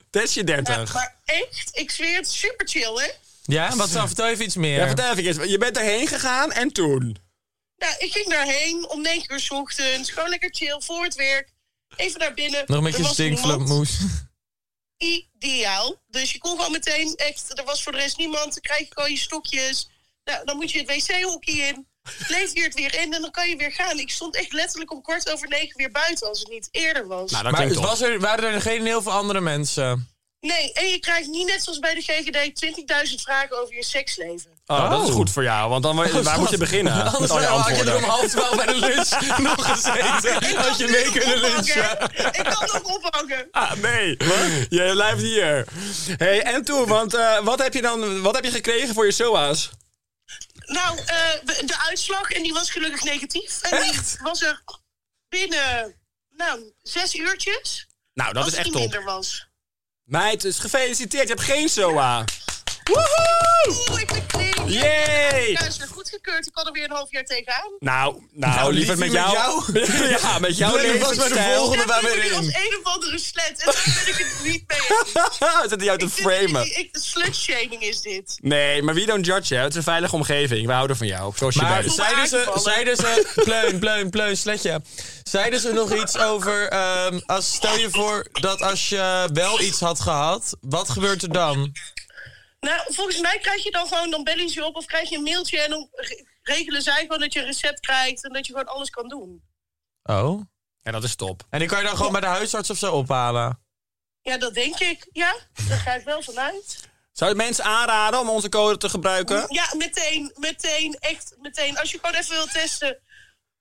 Speaker 3: Testje 30.
Speaker 4: Ja, maar echt, ik zweer het, super chill, hè?
Speaker 2: Ja, wat dan? Vertel even iets meer.
Speaker 3: ja, vertel even eens. Je bent erheen gegaan en toen?
Speaker 4: Nou, ik ging daarheen om 9 uur 's ochtends. Gewoon lekker chill voor het werk. Even naar binnen.
Speaker 2: Nog met
Speaker 4: Er
Speaker 2: je
Speaker 4: was niemand.
Speaker 2: stinkflapmoes.
Speaker 4: Ideaal. Dus je kon gewoon meteen echt. Er was voor de rest niemand. Dan krijg je gewoon je stokjes. Nou, dan moet je het wc-hokje in. Lever je het weer in en dan kan je weer gaan. Ik stond echt letterlijk om kwart over negen weer buiten als het niet eerder was.
Speaker 3: Nou, dat
Speaker 2: Maar
Speaker 3: klinkt toch.
Speaker 2: was er, waren er geen heel veel andere mensen?
Speaker 4: Nee, en je krijgt niet net zoals bij de GGD 20.000 vragen over je seksleven.
Speaker 3: Oh, dat is
Speaker 2: Oh.
Speaker 3: goed voor jou, want dan, <laughs> waar
Speaker 2: schat.
Speaker 3: moet je beginnen?
Speaker 2: Anders
Speaker 3: Met al die
Speaker 2: had je
Speaker 3: antwoorden.
Speaker 2: er om half twaalf bij de
Speaker 3: <laughs>
Speaker 2: lunch nog gezeten.
Speaker 4: Ik
Speaker 2: Had je
Speaker 4: kan
Speaker 2: mee
Speaker 4: nog
Speaker 2: kunnen
Speaker 4: ophangen.
Speaker 2: lunchen.
Speaker 4: Ik kan nog ophangen.
Speaker 3: Ah, nee. Je blijft hier. Hey, en toen, want eh, wat heb je dan wat heb je gekregen voor je SOA's?
Speaker 4: Nou, eh, we- de uitslag, en die was gelukkig negatief. En die was er binnen, nou, zes uurtjes.
Speaker 3: Nou, dat
Speaker 4: als
Speaker 3: is echt
Speaker 4: die
Speaker 3: top.
Speaker 4: minder was.
Speaker 3: Meid, dus gefeliciteerd. Je hebt geen SOA. Woehoe!
Speaker 4: Oeh, ik ben clean.
Speaker 3: Yay!
Speaker 4: Luister, goed goedgekeurd. Ik kan er weer een half jaar tegenaan.
Speaker 3: Nou, nou, liever met jou. <laughs> ja, met jouw
Speaker 2: Doe vast bij de
Speaker 3: levensstijl.
Speaker 2: volgende.
Speaker 4: Ik
Speaker 2: waar
Speaker 4: ben
Speaker 2: weer
Speaker 4: nu
Speaker 2: in.
Speaker 4: <laughs> als een of andere slet. En daar ben ik het
Speaker 3: <laughs>
Speaker 4: niet mee eens.
Speaker 3: Zet hij jou te
Speaker 4: Ik vind dit
Speaker 3: framen.
Speaker 4: niet- ik- Slutshaming is dit.
Speaker 3: Nee, maar wie don't judge, hè? Het is een veilige omgeving. We houden van jou. Zoals je
Speaker 2: Maar
Speaker 3: bent.
Speaker 2: zeiden ze, zeiden ze, pleun, pleun, pleun, sletje. Zeiden ze nog iets over, ehm, als, stel je voor dat als je wel iets had gehad, wat gebeurt er dan?
Speaker 4: Nou, volgens mij krijg je dan gewoon, dan bellen ze je op of krijg je een mailtje en dan re- regelen zij gewoon dat je een recept krijgt en dat je gewoon alles kan doen.
Speaker 2: Oh.
Speaker 3: Ja, dat is top.
Speaker 2: En die kan je dan gewoon bij de huisarts of zo ophalen.
Speaker 4: Ja, dat denk ik. Ja, daar ga ik wel vanuit.
Speaker 3: Zou je mensen aanraden om onze code te gebruiken?
Speaker 4: Ja, meteen, meteen, echt meteen. Als je gewoon even wil testen,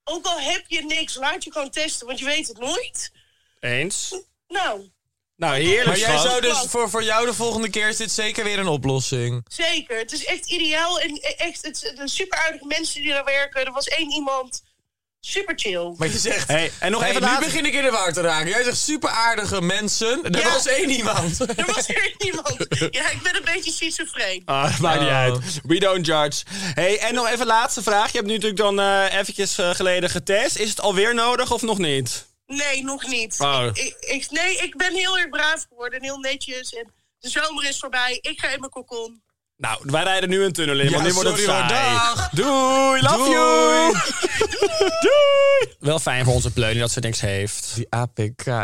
Speaker 4: ook al heb je niks, laat je gewoon testen, want je weet het nooit.
Speaker 3: Eens.
Speaker 4: Nou,
Speaker 3: Nou, heerlijk.
Speaker 2: Maar jij
Speaker 3: schat.
Speaker 2: zou dus, voor, voor jou de volgende keer is dit zeker weer een oplossing.
Speaker 4: zeker. Het is echt ideaal en e- echt, het zijn super aardige mensen die daar werken. Er was één iemand, super chill.
Speaker 2: Maar je zegt,
Speaker 3: Hey, en nog
Speaker 2: hey,
Speaker 3: even
Speaker 2: nu
Speaker 3: later-
Speaker 2: begin ik in de war te raken. Jij zegt super aardige mensen. Er
Speaker 4: Ja.
Speaker 2: was één
Speaker 3: <laughs>
Speaker 2: iemand.
Speaker 4: Er was er niemand. Ja, ik ben een beetje schizofreen.
Speaker 3: Ah, maakt niet
Speaker 2: Oh.
Speaker 3: uit. We don't judge. Hey, en nog even laatste vraag. Je hebt nu natuurlijk dan eh eventjes eh, geleden getest. Is het alweer nodig of nog niet?
Speaker 4: Nee, nog niet.
Speaker 3: Oh.
Speaker 4: Ik, ik- nee, ik ben heel erg braaf geworden en heel netjes. En de zomer is voorbij. Ik ga in mijn kokon.
Speaker 3: Nou, wij rijden nu een tunnel in,
Speaker 2: Ja,
Speaker 3: want nu wordt het
Speaker 2: sorry
Speaker 3: saai.
Speaker 2: hoor. Dag.
Speaker 3: Doei, love
Speaker 2: Doei.
Speaker 3: you. <laughs> Doei. Wel fijn voor onze pleunie dat ze niks heeft.
Speaker 2: Die APK,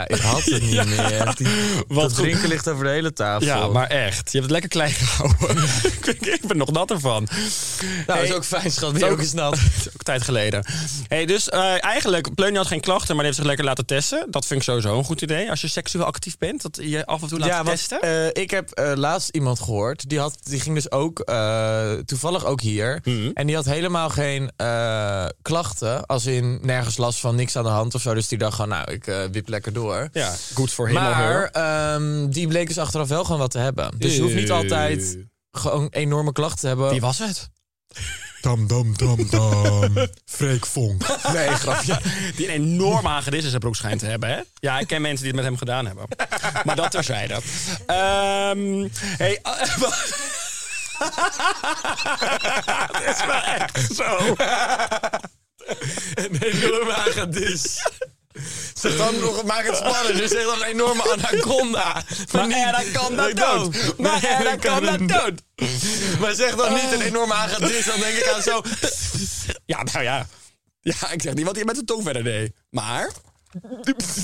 Speaker 2: ik had het
Speaker 3: <laughs>
Speaker 2: niet meer. Die,
Speaker 3: Wat
Speaker 2: dat
Speaker 3: goed.
Speaker 2: drinken ligt over de hele tafel.
Speaker 3: Ja, maar echt. Je hebt het lekker klein
Speaker 2: <laughs>
Speaker 3: gehouden. Ik- ik ben nog nat ervan.
Speaker 2: Nou,
Speaker 3: Hey,
Speaker 2: is ook fijn, schat. Ben
Speaker 3: is
Speaker 2: je
Speaker 3: ook-
Speaker 2: ook eens nat.
Speaker 3: Het <laughs> is ook een tijd geleden. Hey, dus eh, eigenlijk, Pleunie had geen klachten, maar die heeft zich lekker laten testen. Dat vind ik sowieso een goed idee. Als je seksueel actief bent, dat je af en toe laat
Speaker 2: Ja, want
Speaker 3: testen.
Speaker 2: eh, ik heb eh, laatst iemand gehoord. Die, had, die ging dus ook, eh, toevallig ook hier.
Speaker 3: Mhm.
Speaker 2: En die had helemaal geen eh, klachten. Als in nergens last van, niks aan de hand of zo. Dus die dacht gewoon, nou, ik eh, wip lekker door.
Speaker 3: ja, goed voor him or her.
Speaker 2: Maar ehm, die bleek dus achteraf wel gewoon wat te hebben. Dus je hoeft niet
Speaker 3: Eeuw.
Speaker 2: altijd gewoon enorme klachten te hebben.
Speaker 3: Wie was het?
Speaker 5: Dam, dam, dam, dam. Freek Vonk.
Speaker 3: Nee,
Speaker 2: <laughs>
Speaker 3: grapje. Die een enorme hagedis in zijn broek schijnt te hebben, hè? Ja, ik ken mensen die het met hem gedaan hebben. Maar dat terzijde. Ehm hey, <laughs> Het is wel echt zo.
Speaker 2: Een enorme agadis. Ze dan nog, maak het spannend. Dus zeg dan een enorme anaconda.
Speaker 3: Maar Erda kan dat dood.
Speaker 2: Nou,
Speaker 3: Maar Erda kan dat dood.
Speaker 2: Maar zeg dan niet een enorme agadis. Dan denk ik aan
Speaker 3: <laughs>
Speaker 2: zo...
Speaker 3: Ja, <laughs> nou ja. Ja, ik zeg niet wat hij met zijn tong verder deed. Maar...
Speaker 2: <laughs>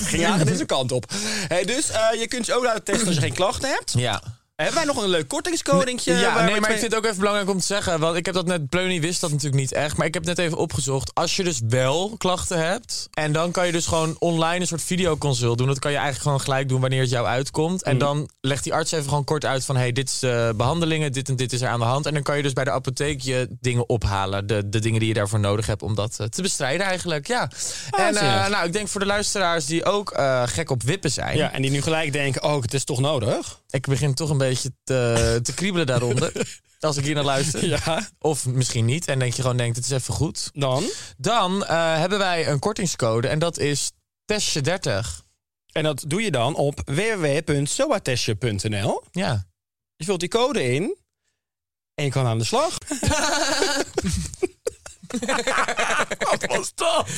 Speaker 3: Ging aan deze kant op. Hey, dus eh, je kunt je ook laten testen als je geen klachten hebt.
Speaker 2: Ja.
Speaker 3: Hebben wij nog een leuk kortingscodingje?
Speaker 2: Ja,
Speaker 3: waar
Speaker 2: nee, maar
Speaker 3: we
Speaker 2: ik
Speaker 3: twee-
Speaker 2: vind het ook even belangrijk om te zeggen. Want ik heb dat net, Pleunie wist dat natuurlijk niet echt. Maar ik heb net even opgezocht. Als je dus wel klachten hebt. En dan kan je dus gewoon online een soort videoconsult doen. Dat kan je eigenlijk gewoon gelijk doen wanneer het jou uitkomt.
Speaker 3: Mm.
Speaker 2: En dan legt die arts even gewoon kort uit van... hey, dit is de behandelingen, dit en dit is er aan de hand. En dan kan je dus bij de apotheek je dingen ophalen. De, de dingen die je daarvoor nodig hebt om dat eh, te bestrijden eigenlijk. Ja.
Speaker 3: Ah,
Speaker 2: en eh,
Speaker 3: Waanzinnig.
Speaker 2: nou, ik denk voor de luisteraars die ook eh, gek op wippen zijn...
Speaker 3: Ja, en die nu gelijk denken, oh, het is toch
Speaker 2: <laughs>
Speaker 3: nodig?
Speaker 2: Ik begin toch een beetje te, te kriebelen
Speaker 3: <laughs>
Speaker 2: daaronder. als ik hier naar luister.
Speaker 3: Ja.
Speaker 2: Of misschien niet. En denk je gewoon, denkt, het is even goed.
Speaker 3: Dan?
Speaker 2: Dan eh, hebben wij een kortingscode. En dat is testje 30.
Speaker 3: En dat doe je dan op www.soatestje.nl.
Speaker 2: Ja.
Speaker 3: Je vult die code in en je kan aan de slag. Wat was dat?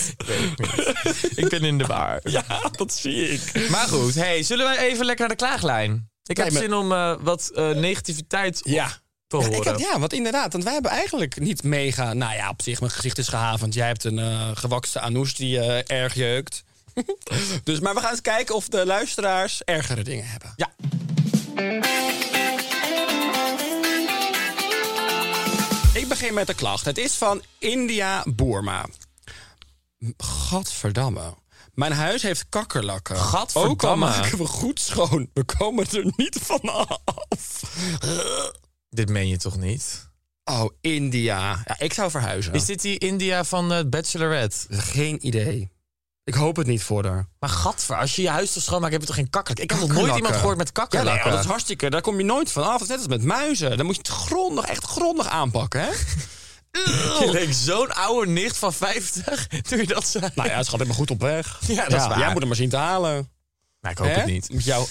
Speaker 2: Ik ben in de waar.
Speaker 3: Ja, dat zie ik.
Speaker 2: Maar <laughs> goed, hey, zullen wij even lekker naar de klaaglijn? Ik heb
Speaker 3: Lijkt me-
Speaker 2: zin om eh, wat eh, negativiteit op
Speaker 3: Ja.
Speaker 2: te
Speaker 3: Ja, ik
Speaker 2: horen.
Speaker 3: had, ja, want inderdaad, want wij hebben eigenlijk niet mega... Nou ja, op zich, mijn gezicht is gehavend. Jij hebt een eh gewakste anoush die eh, erg jeukt. <laughs> dus, maar we gaan eens kijken of de luisteraars ergere dingen hebben.
Speaker 2: Ja.
Speaker 3: Ik begin met de klacht. Het is van India Boerma. Gadverdamme. Mijn huis heeft kakkerlakken.
Speaker 2: Gadverdamme.
Speaker 3: Ook al maken we goed schoon. We komen er niet van af.
Speaker 2: Dit meen je toch niet?
Speaker 3: Oh, India. Ja, ik zou verhuizen.
Speaker 2: Is dit die India van eh Bachelorette?
Speaker 3: Geen idee. Ik hoop het niet voor haar.
Speaker 2: Maar gadver, als je je huis toch schoonmaakt, heb je toch geen kakkerlak? Ik heb nog nooit iemand gehoord met kakkerlakken.
Speaker 3: Ja, nee, oh, dat is hartstikke. Daar kom je nooit van af. Dat is net als met muizen. Dan moet je het grondig, echt grondig
Speaker 2: <laughs>
Speaker 3: aanpakken, hè? Nou
Speaker 2: Je leek zo'n oude nicht van <laughs> 50 toen je dat zei.
Speaker 3: nou ja, het gaat helemaal goed op weg.
Speaker 2: Ja, dat is waar.
Speaker 3: Jij moet hem maar zien te halen.
Speaker 2: Nou, ik hoop
Speaker 3: Hè?
Speaker 2: het <laughs> niet.
Speaker 3: Met jou.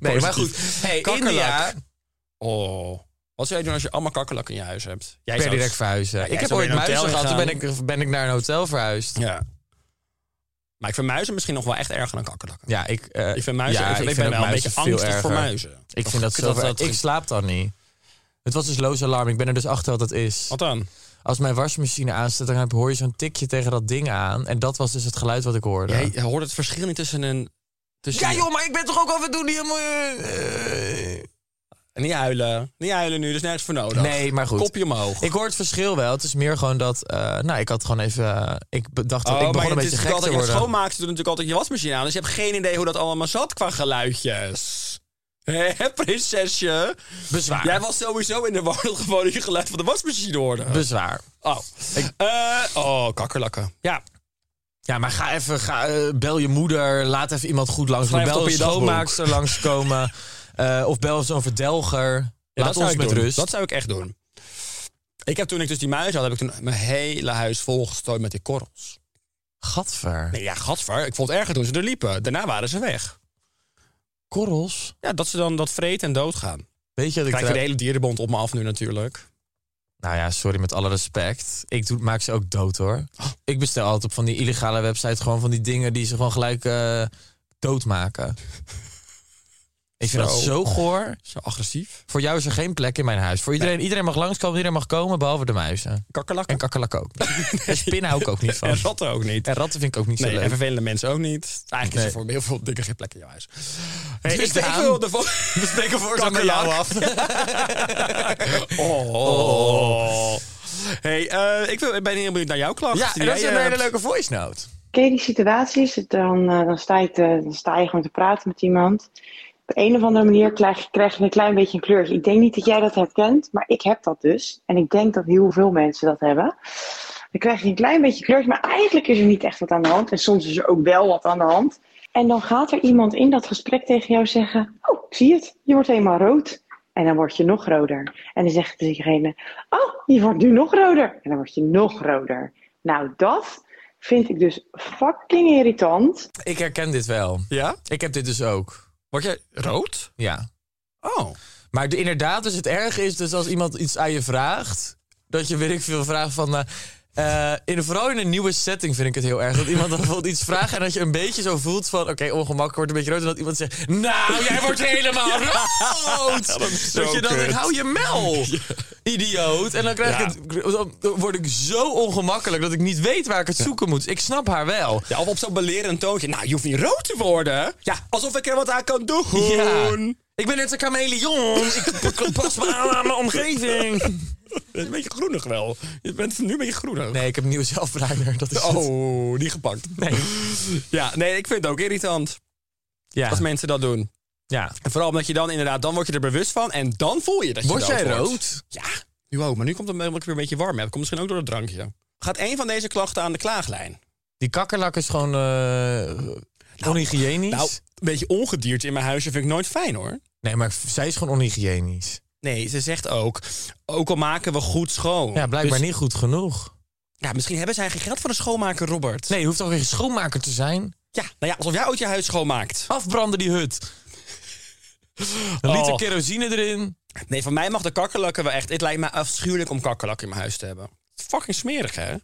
Speaker 2: Nee, maar goed.
Speaker 3: Positief.
Speaker 2: Hey,
Speaker 3: Kakkerlak.
Speaker 2: India,
Speaker 3: Oh. Wat zou je doen als je allemaal kakkerlakken in je huis hebt? Jij
Speaker 2: per
Speaker 3: zou-
Speaker 2: direct verhuizen.
Speaker 3: Ja, jij
Speaker 2: ik heb
Speaker 3: zou
Speaker 2: ooit
Speaker 3: weer in een
Speaker 2: muizen
Speaker 3: hotel
Speaker 2: gehad, toen ben
Speaker 3: gaan.
Speaker 2: ik, ben ik naar een hotel verhuisd.
Speaker 3: Ja. Maar ik vind muizen misschien nog wel echt erger dan kakkerlakken.
Speaker 2: Ja, ik, eh,
Speaker 3: Ik vind muizen,
Speaker 2: ja,
Speaker 3: ik, vind- ik
Speaker 2: vind
Speaker 3: ben wel
Speaker 2: ook
Speaker 3: een beetje
Speaker 2: muizen veel
Speaker 3: angstig voor
Speaker 2: erger.
Speaker 3: muizen. Oh,
Speaker 2: Ik vind dat, zo ver- Ik slaap dan niet. Het was dus loos alarm. Ik ben er dus achter wat het is.
Speaker 3: Wat dan?
Speaker 2: Als mijn wasmachine aanstaat, dan heb- hoor je zo'n tikje tegen dat ding aan. En dat was dus het geluid wat ik hoorde.
Speaker 3: Jij hoort het verschil niet tussen een... Tussen
Speaker 2: Ja joh, maar ik ben toch ook af en toe niet helemaal... eh, eh.
Speaker 3: Niet huilen. Niet huilen nu, dus nergens voor nodig.
Speaker 2: Nee, maar goed.
Speaker 3: Kopje omhoog.
Speaker 2: Ik hoor het verschil wel. Het is meer gewoon dat... eh, nou, ik had gewoon even... eh, ik dacht dat ik begon een
Speaker 3: Oh, het
Speaker 2: beetje
Speaker 3: is natuurlijk
Speaker 2: gek te
Speaker 3: altijd, je
Speaker 2: worden.
Speaker 3: schoonmaakster doet natuurlijk altijd je wasmachine aan. Dus je hebt geen idee hoe dat allemaal zat qua geluidjes. Hé, prinsesje.
Speaker 2: Bezwaar.
Speaker 3: Jij was sowieso in de war <laughs> dat gewoon je geluid van de wasmachine hoorde.
Speaker 2: Bezwaar.
Speaker 3: oh. Eh, oh, kakkerlakken. Ja.
Speaker 2: Ja, maar ga even, ga, eh, bel je moeder, laat even iemand goed langs.
Speaker 3: Schrijf het
Speaker 2: bel
Speaker 3: op
Speaker 2: een
Speaker 3: in je dagboek.
Speaker 2: <laughs> schoonmaakster langskomen. Eh of bel zo'n verdelger.
Speaker 3: Ja,
Speaker 2: laat
Speaker 3: dat zou
Speaker 2: ons
Speaker 3: ik
Speaker 2: met
Speaker 3: doen.
Speaker 2: rust.
Speaker 3: Dat zou ik echt doen. Ik heb toen ik dus die muis had, heb ik toen mijn hele huis volgestooid met die korrels.
Speaker 2: Gadver.
Speaker 3: Nee, ja, gadver. Ik vond het erger toen ze er liepen. Daarna waren ze weg.
Speaker 2: Korrels?
Speaker 3: Ja, dat ze dan dat vreten en doodgaan.
Speaker 2: Weet je dat
Speaker 3: Ik
Speaker 2: ik...
Speaker 3: krijg
Speaker 2: trouw-
Speaker 3: weer de hele dierenbond op me af nu natuurlijk.
Speaker 2: Nou ja, sorry, met alle respect. Ik doe, maak ze ook dood, hoor. Ik bestel altijd op van die illegale website gewoon van die dingen die ze gewoon gelijk eh doodmaken. Ik vind
Speaker 3: Zo.
Speaker 2: dat zo goor.
Speaker 3: Zo agressief.
Speaker 2: Voor jou is er geen plek in mijn huis. Voor iedereen, iedereen mag langskomen, iedereen mag komen, behalve de muizen.
Speaker 3: Kakkerlakken.
Speaker 2: En kakkerlakken ook. <laughs> En spinnen hou ik ook niet van.
Speaker 3: En <laughs> ratten ook niet.
Speaker 2: En ratten vind ik ook niet zo
Speaker 3: Nee, en
Speaker 2: leuk.
Speaker 3: vervelende mensen ook niet. Eigenlijk is
Speaker 2: Nee.
Speaker 3: er voor heel veel dingen geen plek in jouw huis. Hey,
Speaker 2: Dus
Speaker 3: ik steek
Speaker 2: daarom-
Speaker 3: wel de vo-
Speaker 2: <laughs> We steken voortaan bij
Speaker 3: Kakkerlak.
Speaker 2: jou af.
Speaker 3: Oh. Hey, eh, ik wil- ik ben heel benieuwd naar jouw klacht.
Speaker 2: Ja,
Speaker 3: Die
Speaker 2: en dat is
Speaker 3: jij,
Speaker 2: een
Speaker 3: eh,
Speaker 2: hele leuke voice note.
Speaker 6: Ken je die situaties? Dan, eh, dan, sta je te- dan sta je gewoon te praten met iemand. Op een of andere manier krijg, je- krijg je een klein beetje een kleurtje. Ik denk niet dat jij dat herkent, maar ik heb dat dus. En ik denk dat heel veel mensen dat hebben. Dan krijg je een klein beetje kleurtje, maar eigenlijk is er niet echt wat aan de hand. En soms is er ook wel wat aan de hand. En dan gaat er iemand in dat gesprek tegen jou zeggen: Oh, ik zie het, je wordt helemaal rood. En dan word je nog roder. En dan zegt diegene: Oh, je wordt nu nog roder. En dan word je nog roder. Nou, dat vind ik dus fucking irritant.
Speaker 2: Ik herken dit wel.
Speaker 3: Ja?
Speaker 2: Ik heb dit dus ook.
Speaker 3: Word jij rood?
Speaker 2: Ja.
Speaker 3: Oh.
Speaker 2: Maar de, inderdaad, dus het erg is dus als iemand iets aan je vraagt, dat je weet ik veel vraagt van. eh, eh, in, vooral in een nieuwe setting vind ik het heel erg. Dat iemand dan bijvoorbeeld iets vraagt en dat je een beetje zo voelt van... oké, ongemakkelijk wordt een beetje rood. En dat iemand zegt,
Speaker 3: <laughs>
Speaker 2: nou, jij wordt helemaal rood.
Speaker 3: dat is zo
Speaker 2: dat je dan
Speaker 3: kut.
Speaker 2: denkt, hou je
Speaker 3: <laughs>
Speaker 2: mel, idioot. En dan, krijg ik het, dan word ik zo ongemakkelijk dat ik niet weet waar ik het zoeken moet. Ik snap haar wel.
Speaker 3: Ja, of op zo'n belerend toontje. Nou, je hoeft niet rood te worden. Ja, alsof ik er wat aan kan doen.
Speaker 2: Ja. Ik ben net een chameleon. Ik <laughs> pas me aan aan mijn omgeving.
Speaker 3: Dat is een beetje groenig wel. Je bent nu een beetje groenig.
Speaker 2: Nee, ik heb een nieuwe zelfruimer. Dat is het.
Speaker 3: Oh, niet gepakt.
Speaker 2: Nee.
Speaker 3: Ja, nee, ik vind het ook irritant
Speaker 2: Ja.
Speaker 3: als mensen dat doen.
Speaker 2: ja.
Speaker 3: En vooral omdat je dan inderdaad, dan word je er bewust van en dan voel je dat je
Speaker 2: Word jij
Speaker 3: wordt.
Speaker 2: rood?
Speaker 3: Ja, nu ook. Maar nu komt het omdat ik weer een beetje warm heb. Komt misschien ook door het drankje. Gaat één van deze klachten aan de klaaglijn?
Speaker 2: Die kakkerlak is gewoon eh onhygiënisch.
Speaker 3: Nou, een beetje ongedierte in mijn huisje vind ik nooit fijn hoor.
Speaker 2: nee, maar v- zij is gewoon onhygiënisch.
Speaker 3: Nee, ze zegt ook, ook al maken we goed schoon.
Speaker 2: Ja, blijkbaar
Speaker 3: Dus-
Speaker 2: niet goed genoeg.
Speaker 3: Ja, misschien hebben zij geen geld voor een schoonmaker, Robert.
Speaker 2: Nee, je hoeft toch geen schoonmaker te zijn?
Speaker 3: Ja, nou ja, alsof jij ooit je huis schoonmaakt.
Speaker 2: Afbranden die hut. Een
Speaker 3: Oh.
Speaker 2: liter kerosine erin.
Speaker 3: Nee, van mij mag de kakkerlakken wel echt. Het lijkt me afschuwelijk om kakkerlakken in mijn huis te hebben. Fucking smerig, hè?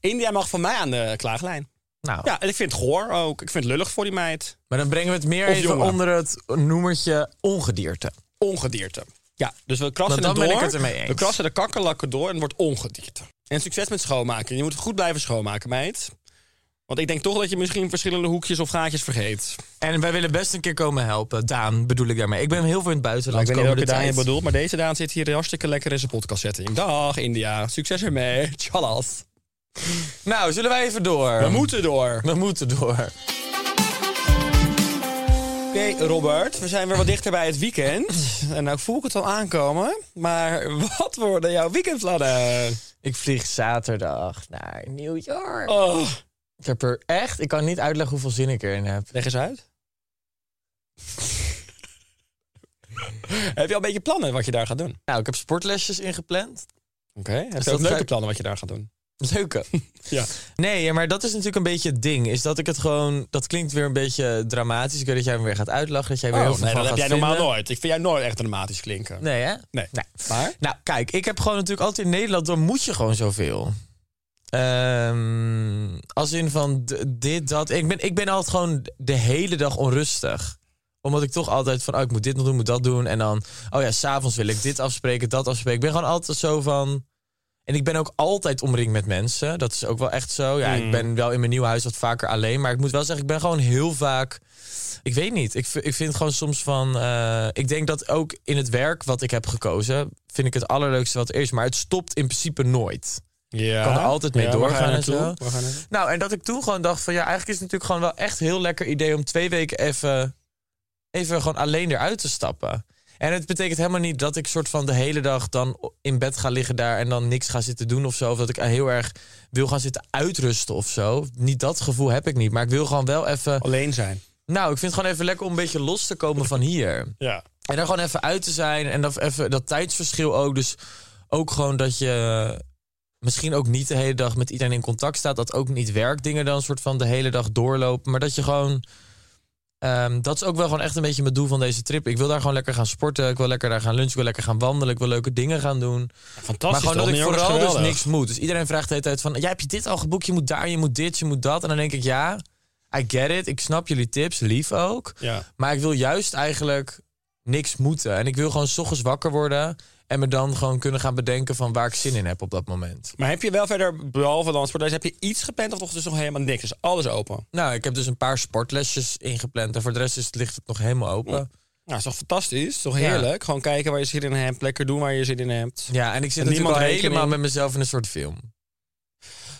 Speaker 3: India mag van mij aan de klaaglijn.
Speaker 2: Nou,
Speaker 3: Ja, en ik vind het goor ook. Ik vind het lullig voor die meid.
Speaker 2: maar dan brengen we het meer
Speaker 3: Of
Speaker 2: even
Speaker 3: jongen.
Speaker 2: onder het noemertje ongedierte.
Speaker 3: ongedierte. Ja, dus we krassen
Speaker 2: Want dan ben
Speaker 3: het door.
Speaker 2: ik het ermee eens.
Speaker 3: We krassen de kakkerlakken door en het wordt ongedierte. En succes met schoonmaken. Je moet goed blijven schoonmaken, meid. Want ik denk toch dat je misschien verschillende hoekjes of gaatjes vergeet.
Speaker 2: En wij willen best een keer komen helpen. Daan bedoel ik daarmee. Ik ben heel veel in het
Speaker 3: ik
Speaker 2: buitenland.
Speaker 3: weet niet welke
Speaker 2: komende
Speaker 3: Daan je
Speaker 2: tijd.
Speaker 3: bedoelt, maar deze Daan zit hier hartstikke lekker in zijn podcastsetting. Dag India, succes ermee. <laughs> Tjallas.
Speaker 2: Nou, zullen wij even door?
Speaker 3: Ehm, We moeten door.
Speaker 2: We moeten door.
Speaker 3: Oké, Robert, we zijn weer wat dichter bij het weekend. En nou voel ik het al aankomen. Maar wat worden jouw weekendplannen?
Speaker 2: Ik vlieg zaterdag naar New York.
Speaker 3: Oh,
Speaker 2: Ik heb er echt... Ik kan niet uitleggen hoeveel zin ik erin heb.
Speaker 3: leg eens uit. Heb je al een beetje plannen wat je daar gaat doen?
Speaker 2: Nou, ik heb sportlesjes ingepland.
Speaker 3: Oké, heb je
Speaker 2: dat
Speaker 3: ook leuke
Speaker 2: ga ik-
Speaker 3: plannen wat je daar gaat doen? <laughs>
Speaker 2: Leuke.
Speaker 3: Ja.
Speaker 2: Nee, ja, maar dat is natuurlijk een beetje het ding. Is dat ik het gewoon. Dat klinkt weer een beetje dramatisch. Ik weet dat jij me weer gaat uitlachen. Dat jij weer heel veel
Speaker 3: Oh, nee,
Speaker 2: van
Speaker 3: dat heb jij
Speaker 2: gaat
Speaker 3: normaal
Speaker 2: vinden.
Speaker 3: nooit. Ik vind jou nooit echt dramatisch klinken.
Speaker 2: Nee, hè?
Speaker 3: Nee.
Speaker 2: Maar? Nou, kijk, ik heb gewoon natuurlijk altijd in Nederland, dan moet je gewoon zoveel. Ehm, als in van d- dit, dat. Ik ben, ik ben altijd gewoon de hele dag onrustig. Omdat ik toch altijd van, oh, ik moet dit nog doen, moet dat doen. En dan, oh ja, s'avonds wil ik dit afspreken, dat afspreken. Ik ben gewoon altijd zo van... En ik ben ook altijd omringd met mensen. Dat is ook wel echt zo. Ja, ik ben wel in mijn nieuwe huis wat vaker alleen. Maar ik moet wel zeggen, ik ben gewoon heel vaak... Ik weet niet. Ik, v- ik vind gewoon soms van... eh, ik denk dat ook in het werk wat ik heb gekozen... vind ik het allerleukste wat er is. Maar het stopt in principe nooit.
Speaker 3: Ja.
Speaker 2: Kan er altijd mee
Speaker 3: Ja, waar ga
Speaker 2: doorgaan en
Speaker 3: je naartoe?
Speaker 2: zo.
Speaker 3: Waar ga je naartoe?
Speaker 2: Nou, en dat ik toen gewoon dacht van... Ja, eigenlijk is het natuurlijk gewoon wel echt een heel lekker idee... om twee weken even, even gewoon alleen eruit te stappen. En het betekent helemaal niet dat ik soort van de hele dag dan in bed ga liggen daar... en dan niks ga zitten doen of zo. Of dat ik heel erg wil gaan zitten uitrusten of zo. Niet dat gevoel heb ik niet. Maar ik wil gewoon wel even...
Speaker 3: Alleen zijn.
Speaker 2: Nou, ik vind het gewoon even lekker om een beetje los te komen van hier.
Speaker 3: Ja.
Speaker 2: En daar gewoon even uit te zijn. En dat, even, dat tijdsverschil ook. Dus ook gewoon dat je misschien ook niet de hele dag met iedereen in contact staat. Dat ook niet werkdingen dan soort van de hele dag doorlopen. Maar dat je gewoon... ehm, dat is ook wel gewoon echt een beetje mijn doel van deze trip. Ik wil daar gewoon lekker gaan sporten. Ik wil lekker daar gaan lunchen. Ik wil lekker gaan wandelen. Ik wil leuke dingen gaan doen.
Speaker 3: Fantastisch.
Speaker 2: Maar gewoon dat
Speaker 3: toch?
Speaker 2: ik
Speaker 3: Nee, hoor,
Speaker 2: vooral
Speaker 3: is
Speaker 2: dus
Speaker 3: geweldig.
Speaker 2: niks moet. Dus iedereen vraagt de hele tijd van... Ja, heb je dit al geboekt? Je moet daar, je moet dit, je moet dat. En dan denk ik, ja, I get it. Ik snap jullie tips, lief ook.
Speaker 3: Ja.
Speaker 2: Maar ik wil juist eigenlijk niks moeten. En ik wil gewoon 's ochtends wakker worden... en me dan gewoon kunnen gaan bedenken van waar ik zin in heb op dat moment.
Speaker 3: Maar heb je wel verder, behalve dan sportles, heb je iets gepland of toch dus nog helemaal niks? Dus alles open.
Speaker 2: Nou, ik heb dus een paar sportlesjes ingepland... en voor de rest is, ligt het nog helemaal open.
Speaker 3: Nou, is toch fantastisch? Toch
Speaker 2: Ja.
Speaker 3: heerlijk? Gewoon kijken waar je zin in hebt. Lekker doen waar je zin in hebt.
Speaker 2: Ja, en ik zit
Speaker 3: En
Speaker 2: natuurlijk
Speaker 3: niemand
Speaker 2: al
Speaker 3: rekening.
Speaker 2: helemaal met mezelf in een soort film.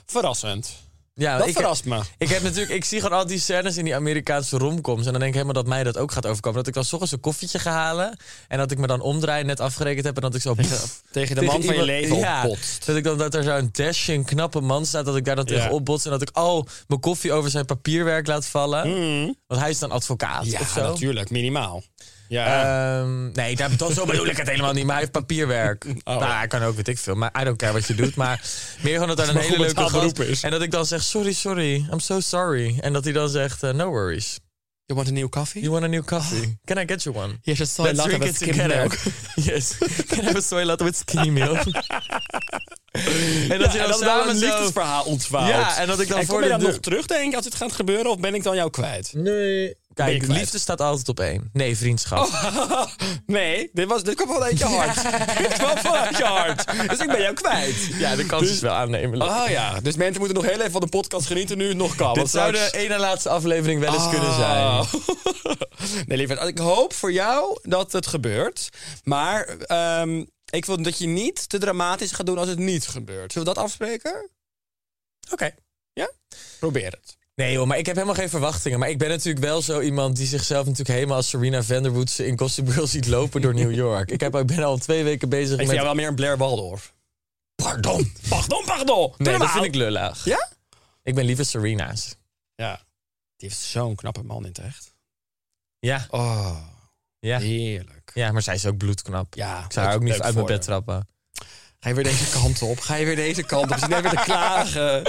Speaker 3: Verrassend.
Speaker 2: Ja,
Speaker 3: Dat
Speaker 2: ik,
Speaker 3: verrast me.
Speaker 2: Ik, heb natuurlijk, ik zie gewoon al die scènes in die Amerikaanse romcoms. En dan denk ik helemaal dat mij dat ook gaat overkomen. Dat ik dan 's ochtends een koffietje ga halen. En dat ik me dan omdraai, net afgerekend heb. En dat ik zo...
Speaker 3: <laughs>
Speaker 2: pff,
Speaker 3: tegen de man van je leven
Speaker 2: ja,
Speaker 3: opbotst.
Speaker 2: Dat ik dan dat er zo'n dashing, knappe man staat. Dat ik daar dan
Speaker 3: Ja.
Speaker 2: tegen opbots. En dat ik al mijn koffie over zijn papierwerk laat vallen. Want hij is dan advocaat
Speaker 3: Mm. Ja,
Speaker 2: of zo.
Speaker 3: natuurlijk. Minimaal. Eh, Ja.
Speaker 2: Ehm, nee, dat, dat zo bedoel ik het helemaal niet. Maar hij heeft
Speaker 3: <laughs>
Speaker 2: papierwerk.
Speaker 3: Oh.
Speaker 2: Nou, hij kan ook, weet ik veel. Maar I don't care wat je doet. Maar meer gewoon dat daar een
Speaker 3: <laughs> maar
Speaker 2: hele
Speaker 3: goed
Speaker 2: leuke
Speaker 3: betaald
Speaker 2: gast...
Speaker 3: beroep is.
Speaker 2: En dat ik dan zeg, sorry, sorry. I'm so sorry. En dat hij dan zegt, eh, no worries.
Speaker 3: je wordt een nieuw koffie?
Speaker 2: You want a new
Speaker 3: Oh.
Speaker 2: coffee? Can I get you one?
Speaker 3: Yes, a soy
Speaker 2: Let's
Speaker 3: latte
Speaker 2: drink
Speaker 3: with
Speaker 2: it
Speaker 3: skim
Speaker 2: together.
Speaker 3: <laughs> milk.
Speaker 2: <laughs> yes. Can I have a soy latte with skinny <laughs> milk? en dat je dan
Speaker 3: en is wel
Speaker 2: samen
Speaker 3: een
Speaker 2: zo...
Speaker 3: liefdesverhaal ontwaalt.
Speaker 2: Ja, en dat ik dan
Speaker 3: en
Speaker 2: voor
Speaker 3: kom je
Speaker 2: de
Speaker 3: dan
Speaker 2: deur-
Speaker 3: nog terugdenken als dit gaat gebeuren? Of ben ik dan jou kwijt?
Speaker 2: Nee.
Speaker 3: Ben je
Speaker 2: Kijk,
Speaker 3: kwijt.
Speaker 2: liefde staat altijd op één. Nee, vriendschap.
Speaker 3: <laughs> nee, dit, was, dit kwam wel uit je hart. dit kwam wel uit je hart. Dus ik ben jou kwijt.
Speaker 2: Ja, de kans is wel aannemelijk.
Speaker 3: Oh ja, dus mensen moeten nog heel even van de podcast genieten nu het nog kan.
Speaker 2: Ah, Dit
Speaker 3: want
Speaker 2: zou
Speaker 3: straks-
Speaker 2: de ene laatste aflevering wel eens kunnen zijn.
Speaker 3: Ah. <laughs> nee, lieverd, ik hoop voor jou dat het gebeurt. Maar ehm, ik wil dat je niet te dramatisch gaat doen als het niet gebeurt. Zullen we dat afspreken? Oké. Ja? Probeer het.
Speaker 2: Nee joh, maar ik heb helemaal geen verwachtingen. Maar ik ben natuurlijk wel zo iemand die zichzelf natuurlijk helemaal als Serena Vanderwood in Gossip Girl ziet lopen door New York. Ik, heb, ik ben al twee weken bezig
Speaker 3: Ik
Speaker 2: met...
Speaker 3: vind jou wel meer een Blair Waldorf. Pardon, pardon, pardon. Doe
Speaker 2: nee, dat
Speaker 3: normaal.
Speaker 2: vind ik lullig.
Speaker 3: Ja?
Speaker 2: Ik ben liever Serena's.
Speaker 3: Ja. Die heeft zo'n knappe man in het echt.
Speaker 2: Ja.
Speaker 3: Oh,
Speaker 2: Ja.
Speaker 3: heerlijk.
Speaker 2: ja, maar zij is ook bloedknap.
Speaker 3: Ja,
Speaker 2: ik zou haar ook niet
Speaker 3: leuk
Speaker 2: uit mijn
Speaker 3: voor
Speaker 2: bed trappen.
Speaker 3: Ga je weer deze kant op? Ga je weer deze kant op? Ze zijn weer te klagen.
Speaker 2: <laughs>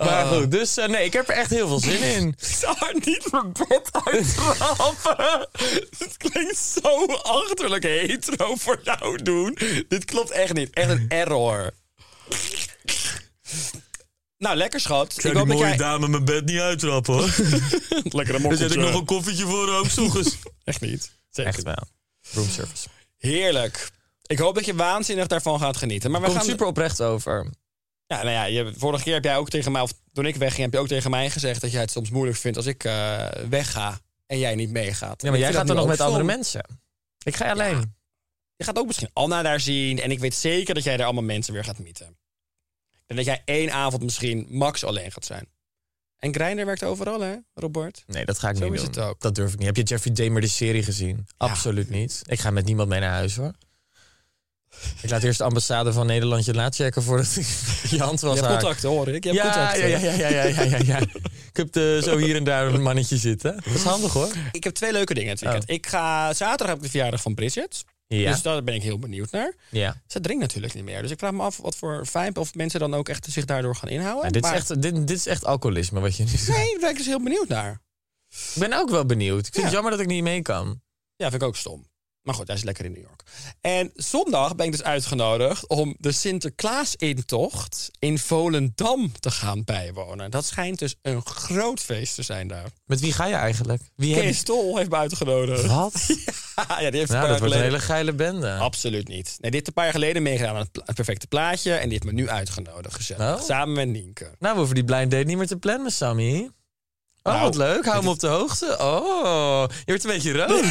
Speaker 3: Ah.
Speaker 2: Maar goed, dus eh, nee, ik heb er echt heel veel zin in.
Speaker 3: <laughs> Ik zou haar niet mijn bed uittrappen. <laughs> Dit klinkt zo achterlijk hetero voor jou doen. Dit klopt echt niet. Echt een error. Nou, lekker schat. Ik, hoop dat jij...
Speaker 2: dame mijn bed niet uittrappen
Speaker 3: <laughs>
Speaker 2: hoor.
Speaker 3: Lekker een mokkeltje.
Speaker 2: koffietje voor ook zoekers.
Speaker 3: Echt niet. Zeker
Speaker 2: Echt wel. Room service.
Speaker 3: Heerlijk. Ik hoop dat je waanzinnig daarvan gaat genieten. Maar we
Speaker 2: Komt
Speaker 3: gaan...
Speaker 2: super oprecht over.
Speaker 3: Ja, nou ja, je, vorige keer heb jij ook tegen mij, of toen ik wegging, heb je ook tegen mij gezegd dat jij het soms moeilijk vindt als ik eh, wegga en jij niet meegaat.
Speaker 2: Ja, maar
Speaker 3: Ik
Speaker 2: jij
Speaker 3: vind
Speaker 2: gaat dan
Speaker 3: dat
Speaker 2: nog
Speaker 3: nu ook
Speaker 2: met andere
Speaker 3: stom.
Speaker 2: mensen. Ik ga alleen.
Speaker 3: Je gaat ook misschien Anna daar zien. En ik weet zeker dat jij daar allemaal mensen weer gaat mieten. En dat jij één avond misschien max alleen gaat zijn. En Grindr werkt overal, hè, Robert?
Speaker 2: Nee, dat ga ik
Speaker 3: Zo
Speaker 2: niet
Speaker 3: is
Speaker 2: doen.
Speaker 3: het ook.
Speaker 2: Dat durf ik niet. Heb je Jeffrey Dahmer de serie gezien? Absoluut niet. Ik ga met niemand mee naar huis
Speaker 3: <laughs>
Speaker 2: hoor. Ik laat eerst de ambassade van Nederland je laat checken voordat ik <laughs> je hand
Speaker 3: Je
Speaker 2: was
Speaker 3: hebt
Speaker 2: haar.
Speaker 3: contacten, hoor ik. Je hebt eh.
Speaker 2: Ja, ja,
Speaker 3: contacten.
Speaker 2: ja, ja, ja, ja, ja, ja, ja.
Speaker 3: <laughs>
Speaker 2: Ik heb eh, zo hier en daar een mannetje zitten. Dat is handig hoor.
Speaker 3: Ik heb twee leuke dingen het weekend. Ik ga, zaterdag heb ik de verjaardag van Bridget.
Speaker 2: Oh. Ja.
Speaker 3: Dus daar ben ik heel benieuwd naar.
Speaker 2: ja.
Speaker 3: Ze drinkt natuurlijk niet meer. Dus ik vraag me af wat voor fijn of mensen dan ook echt zich daardoor gaan inhouden.
Speaker 2: Nou, dit, is
Speaker 3: Maar-
Speaker 2: echt, dit, dit is echt alcoholisme wat je nu zegt.
Speaker 3: Nee, daar ben ik dus heel benieuwd naar.
Speaker 2: Ik ben ook wel benieuwd. Ik vind het
Speaker 3: Ja.
Speaker 2: jammer dat ik niet mee kan.
Speaker 3: Ja, vind ik ook stom. Maar goed, hij is lekker in New York. En zondag ben ik dus uitgenodigd om de Sinterklaas-intocht in Volendam te gaan bijwonen. Dat schijnt dus een groot feest te zijn daar.
Speaker 2: Met wie ga je eigenlijk? Wie heb je-
Speaker 3: Kees Stol heeft me uitgenodigd.
Speaker 2: Wat?
Speaker 3: <laughs> Ja, die heeft een
Speaker 2: Nou,
Speaker 3: paar jaar
Speaker 2: dat wordt een
Speaker 3: geleden-
Speaker 2: hele geile bende.
Speaker 3: Absoluut niet. Nee, dit heeft een paar jaar geleden meegedaan aan het, pla- het perfecte plaatje. En die heeft me nu uitgenodigd. gezellig.
Speaker 2: Oh.
Speaker 3: Samen met Nienke.
Speaker 2: Nou, we hoeven die blind date niet meer te plannen, Sammy. Oh,
Speaker 3: Nou,
Speaker 2: wat leuk. Hou me op de hoogte. Oh, je wordt een beetje rood.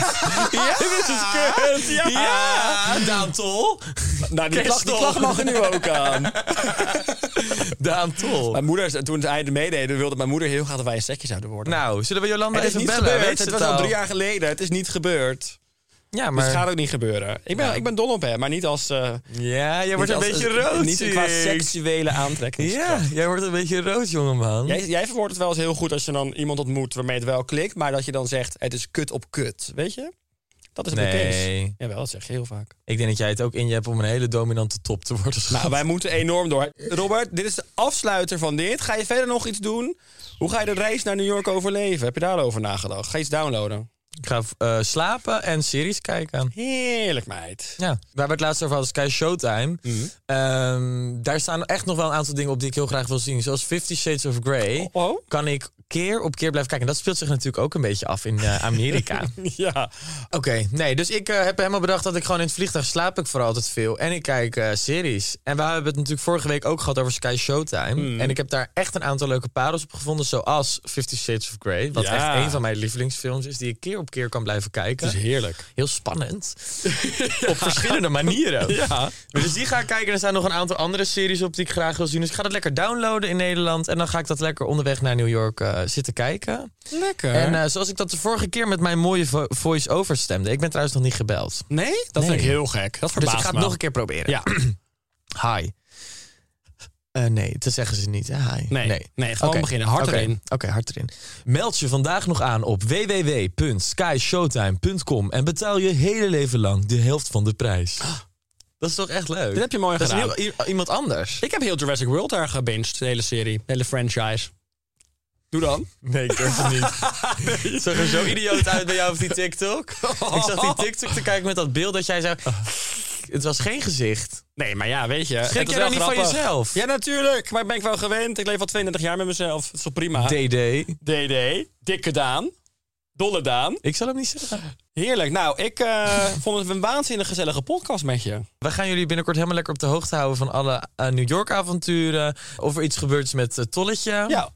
Speaker 2: ja, dit is kut. Ja, Daan Tol.
Speaker 3: dus Nou, die
Speaker 2: Kees
Speaker 3: klacht, die
Speaker 2: Stol.
Speaker 3: klacht mag er nu ook aan.
Speaker 2: Daan Tol.
Speaker 3: Mijn moeder, toen hij er meedeed, wilde mijn moeder heel graag dat wij een setje zouden worden.
Speaker 2: Nou, zullen we Jolanda
Speaker 3: het is
Speaker 2: even
Speaker 3: niet
Speaker 2: bellen?
Speaker 3: gebeurd.
Speaker 2: Weet ze
Speaker 3: het was
Speaker 2: het
Speaker 3: al drie jaar Dus geleden. Het is niet gebeurd.
Speaker 2: Ja,
Speaker 3: Maar...
Speaker 2: maar...
Speaker 3: het gaat ook niet gebeuren. Ik ben, ik ben dol op hem, maar niet als... eh,
Speaker 2: Ja, jij wordt
Speaker 3: niet
Speaker 2: een
Speaker 3: als-
Speaker 2: beetje rood.
Speaker 3: Niet qua
Speaker 2: Sik.
Speaker 3: seksuele
Speaker 2: Ja,
Speaker 3: aantrekkingskracht.
Speaker 2: jij wordt een beetje rood, jongeman.
Speaker 3: Jij, jij verwoordt het wel eens heel goed als je dan iemand ontmoet waarmee het wel klikt, maar dat je dan zegt het is kut op kut, weet je? Dat is mijn
Speaker 2: Nee.
Speaker 3: case. Jawel, dat zeg je heel vaak.
Speaker 2: Ik denk dat jij het ook in je hebt om een hele dominante top te worden. schat.
Speaker 3: Nou, wij moeten enorm door. Robert, dit is de afsluiter van dit. Ga je verder nog iets doen? Hoe ga je de reis naar New York overleven? Heb je daarover nagedacht? Ga je iets downloaden?
Speaker 2: Ik ga eh, slapen en series kijken.
Speaker 3: Heerlijk, meid.
Speaker 2: Ja, waar we het laatst over hadden, Sky Showtime.
Speaker 3: Mhm.
Speaker 2: Ehm, daar staan echt nog wel een aantal dingen op die ik heel graag wil zien. Zoals Fifty Shades of Grey.
Speaker 3: Oh?
Speaker 2: Kan ik keer op keer blijven kijken. En dat speelt zich natuurlijk ook een beetje af in eh,
Speaker 3: <laughs>
Speaker 2: Amerika.
Speaker 3: Ja.
Speaker 2: Oké, nee, dus ik eh, heb helemaal bedacht dat ik gewoon in het vliegtuig slaap ik voor altijd veel. En ik kijk eh, series. En we hebben het natuurlijk vorige week ook gehad over Sky Showtime.
Speaker 3: Hmm.
Speaker 2: En ik heb daar echt een aantal leuke parels op gevonden. Zoals Fifty Shades of Grey. Wat
Speaker 3: Ja.
Speaker 2: echt een van mijn lievelingsfilms is. Die ik keer op keer kan blijven kijken.
Speaker 3: Dat is heerlijk.
Speaker 2: Heel
Speaker 3: <laughs>
Speaker 2: spannend. Op verschillende manieren.
Speaker 3: Ja.
Speaker 2: Dus die ga ik kijken. Er staan nog een aantal andere series op die ik graag wil zien. Dus ik ga dat lekker downloaden in Nederland. En dan ga ik dat lekker onderweg naar New York eh, zitten kijken.
Speaker 3: Lekker.
Speaker 2: En eh, zoals ik dat de vorige keer met mijn mooie vo- voice-over stemde. Ik ben trouwens nog niet gebeld.
Speaker 3: nee? Dat
Speaker 2: Nee.
Speaker 3: vind ik heel gek. Dat
Speaker 2: Dus
Speaker 3: verbaast
Speaker 2: ik ga het
Speaker 3: me.
Speaker 2: nog een keer proberen.
Speaker 3: Ja.
Speaker 2: Hi. Eh, nee, dat zeggen ze niet. Hè? Hi.
Speaker 3: Nee. Nee, gewoon
Speaker 2: Oké.
Speaker 3: beginnen. Hard
Speaker 2: Oké.
Speaker 3: erin.
Speaker 2: Oké, hard erin. Meld je vandaag nog aan op www.skyshowtime.com en betaal je hele leven lang de helft van de prijs. <gasps> Dat is toch echt leuk?
Speaker 3: Dit heb je mooi
Speaker 2: dat
Speaker 3: gedaan.
Speaker 2: is een heel- i- iemand anders.
Speaker 3: Ik heb heel Jurassic World daar gebinged, de hele serie, de hele franchise. Doe dan.
Speaker 2: Nee, ik durf het
Speaker 3: <laughs>
Speaker 2: niet. Het zag er zo idioot uit bij jou op die TikTok. Ik zag die TikTok te kijken met dat beeld dat jij zei... Het was geen gezicht.
Speaker 3: Nee, maar ja, weet je.
Speaker 2: Schrik
Speaker 3: Eh, het is
Speaker 2: jij
Speaker 3: wel
Speaker 2: dan niet van
Speaker 3: grappig.
Speaker 2: jezelf?
Speaker 3: Ja, natuurlijk. Maar ik ben ik wel gewend. Ik leef al 32 jaar met mezelf. Dat is toch prima?
Speaker 2: DD.
Speaker 3: DD. Dikke Daan. Dolle Daan.
Speaker 2: Ik zal hem niet zeggen.
Speaker 3: Heerlijk. Nou,
Speaker 2: <laughs>
Speaker 3: ik eh, vond het een waanzinnig gezellige podcast met je.
Speaker 2: We gaan jullie binnenkort helemaal lekker op de hoogte houden van alle eh, New York-avonturen. Of er iets gebeurd is met eh, Tolletje.
Speaker 3: Ja.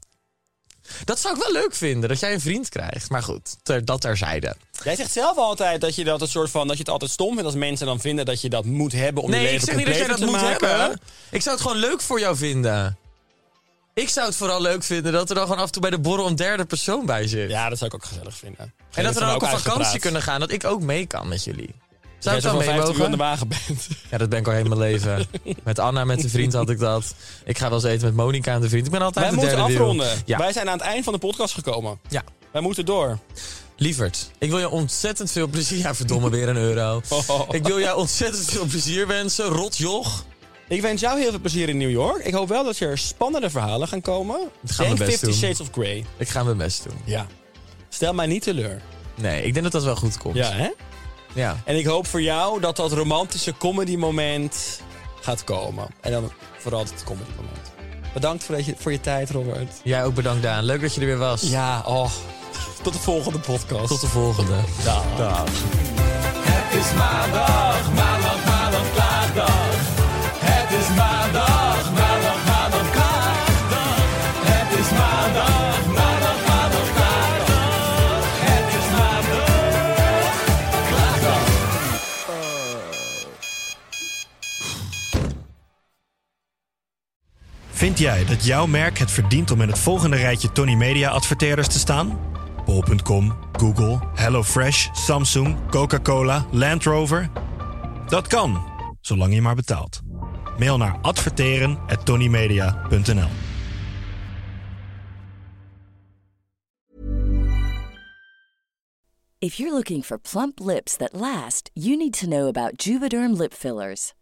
Speaker 2: Dat zou ik wel leuk vinden, dat jij een vriend krijgt. Maar goed, ter, dat terzijde.
Speaker 3: Jij zegt zelf altijd dat je dat een soort van dat je het altijd stom vindt als mensen dan vinden dat je dat moet hebben om je
Speaker 2: nee, ik
Speaker 3: leven
Speaker 2: zeg niet dat jij
Speaker 3: completer
Speaker 2: dat
Speaker 3: te
Speaker 2: moet
Speaker 3: maken.
Speaker 2: hebben. Ik zou het gewoon leuk voor jou vinden. Ik zou het vooral leuk vinden dat er dan gewoon af en toe bij de borrel een derde persoon bij zit.
Speaker 3: Ja, dat zou ik ook gezellig vinden.
Speaker 2: en dat we dan ook op vakantie
Speaker 3: kunnen
Speaker 2: kunnen gaan, dat ik ook mee kan met jullie. Zou
Speaker 3: Zou
Speaker 2: ik
Speaker 3: je
Speaker 2: dan
Speaker 3: van
Speaker 2: mee
Speaker 3: 15 uur aan de
Speaker 2: mogen?
Speaker 3: wagen
Speaker 2: <laughs>
Speaker 3: bent.
Speaker 2: Ja, dat ben ik al helemaal <laughs> leven. Met Anna, met een vriend had ik dat. Ik ga wel eens eten met Monica en de vriend. Ik ben altijd
Speaker 3: Wij
Speaker 2: de
Speaker 3: moeten
Speaker 2: derde wiel.
Speaker 3: afronden.
Speaker 2: Ja.
Speaker 3: Wij zijn aan het eind van de podcast gekomen.
Speaker 2: Ja.
Speaker 3: Wij moeten door.
Speaker 2: Lieverd, ik wil je ontzettend veel plezier... Ja, verdomme, weer een <laughs> euro.
Speaker 3: Oh.
Speaker 2: Ik wil jou ontzettend veel plezier wensen. Rotjoch.
Speaker 3: Ik wens jou heel veel plezier in New York. Ik hoop wel dat er spannende verhalen gaan komen.
Speaker 2: gaan we
Speaker 3: Denk
Speaker 2: best
Speaker 3: Fifty
Speaker 2: doen.
Speaker 3: Shades of Grey.
Speaker 2: Ik ga mijn best doen.
Speaker 3: Ja. Stel mij niet teleur.
Speaker 2: Nee, ik denk dat dat wel goed komt.
Speaker 3: Ja, hè?
Speaker 2: Ja.
Speaker 3: En ik hoop voor jou dat dat romantische comedy moment gaat komen. En dan vooral het comedy moment. Bedankt voor, dat je, voor je tijd, Robert.
Speaker 2: Jij ook bedankt, Daan. Leuk dat je er weer was.
Speaker 3: Ja, oh. Tot de volgende podcast.
Speaker 2: Tot de volgende.
Speaker 3: Dag.
Speaker 1: Het is maandag, maandag, maandag, klaardag. Het is maandag, maandag, maandag, klaardag. Het is maandag, maandag, maandag, klaardag. Het is maandag, klaardag.
Speaker 7: Vind jij dat jouw merk het verdient om in het volgende rijtje Tony Media adverteerders te staan? Bol.com, Google, HelloFresh, Samsung, Coca-Cola, Land Rover? Dat kan, zolang je maar betaalt. Mail naar adverteren@tonymedia.nl.
Speaker 6: If you're looking for plump lips that last, you need to know about Juvederm lip fillers.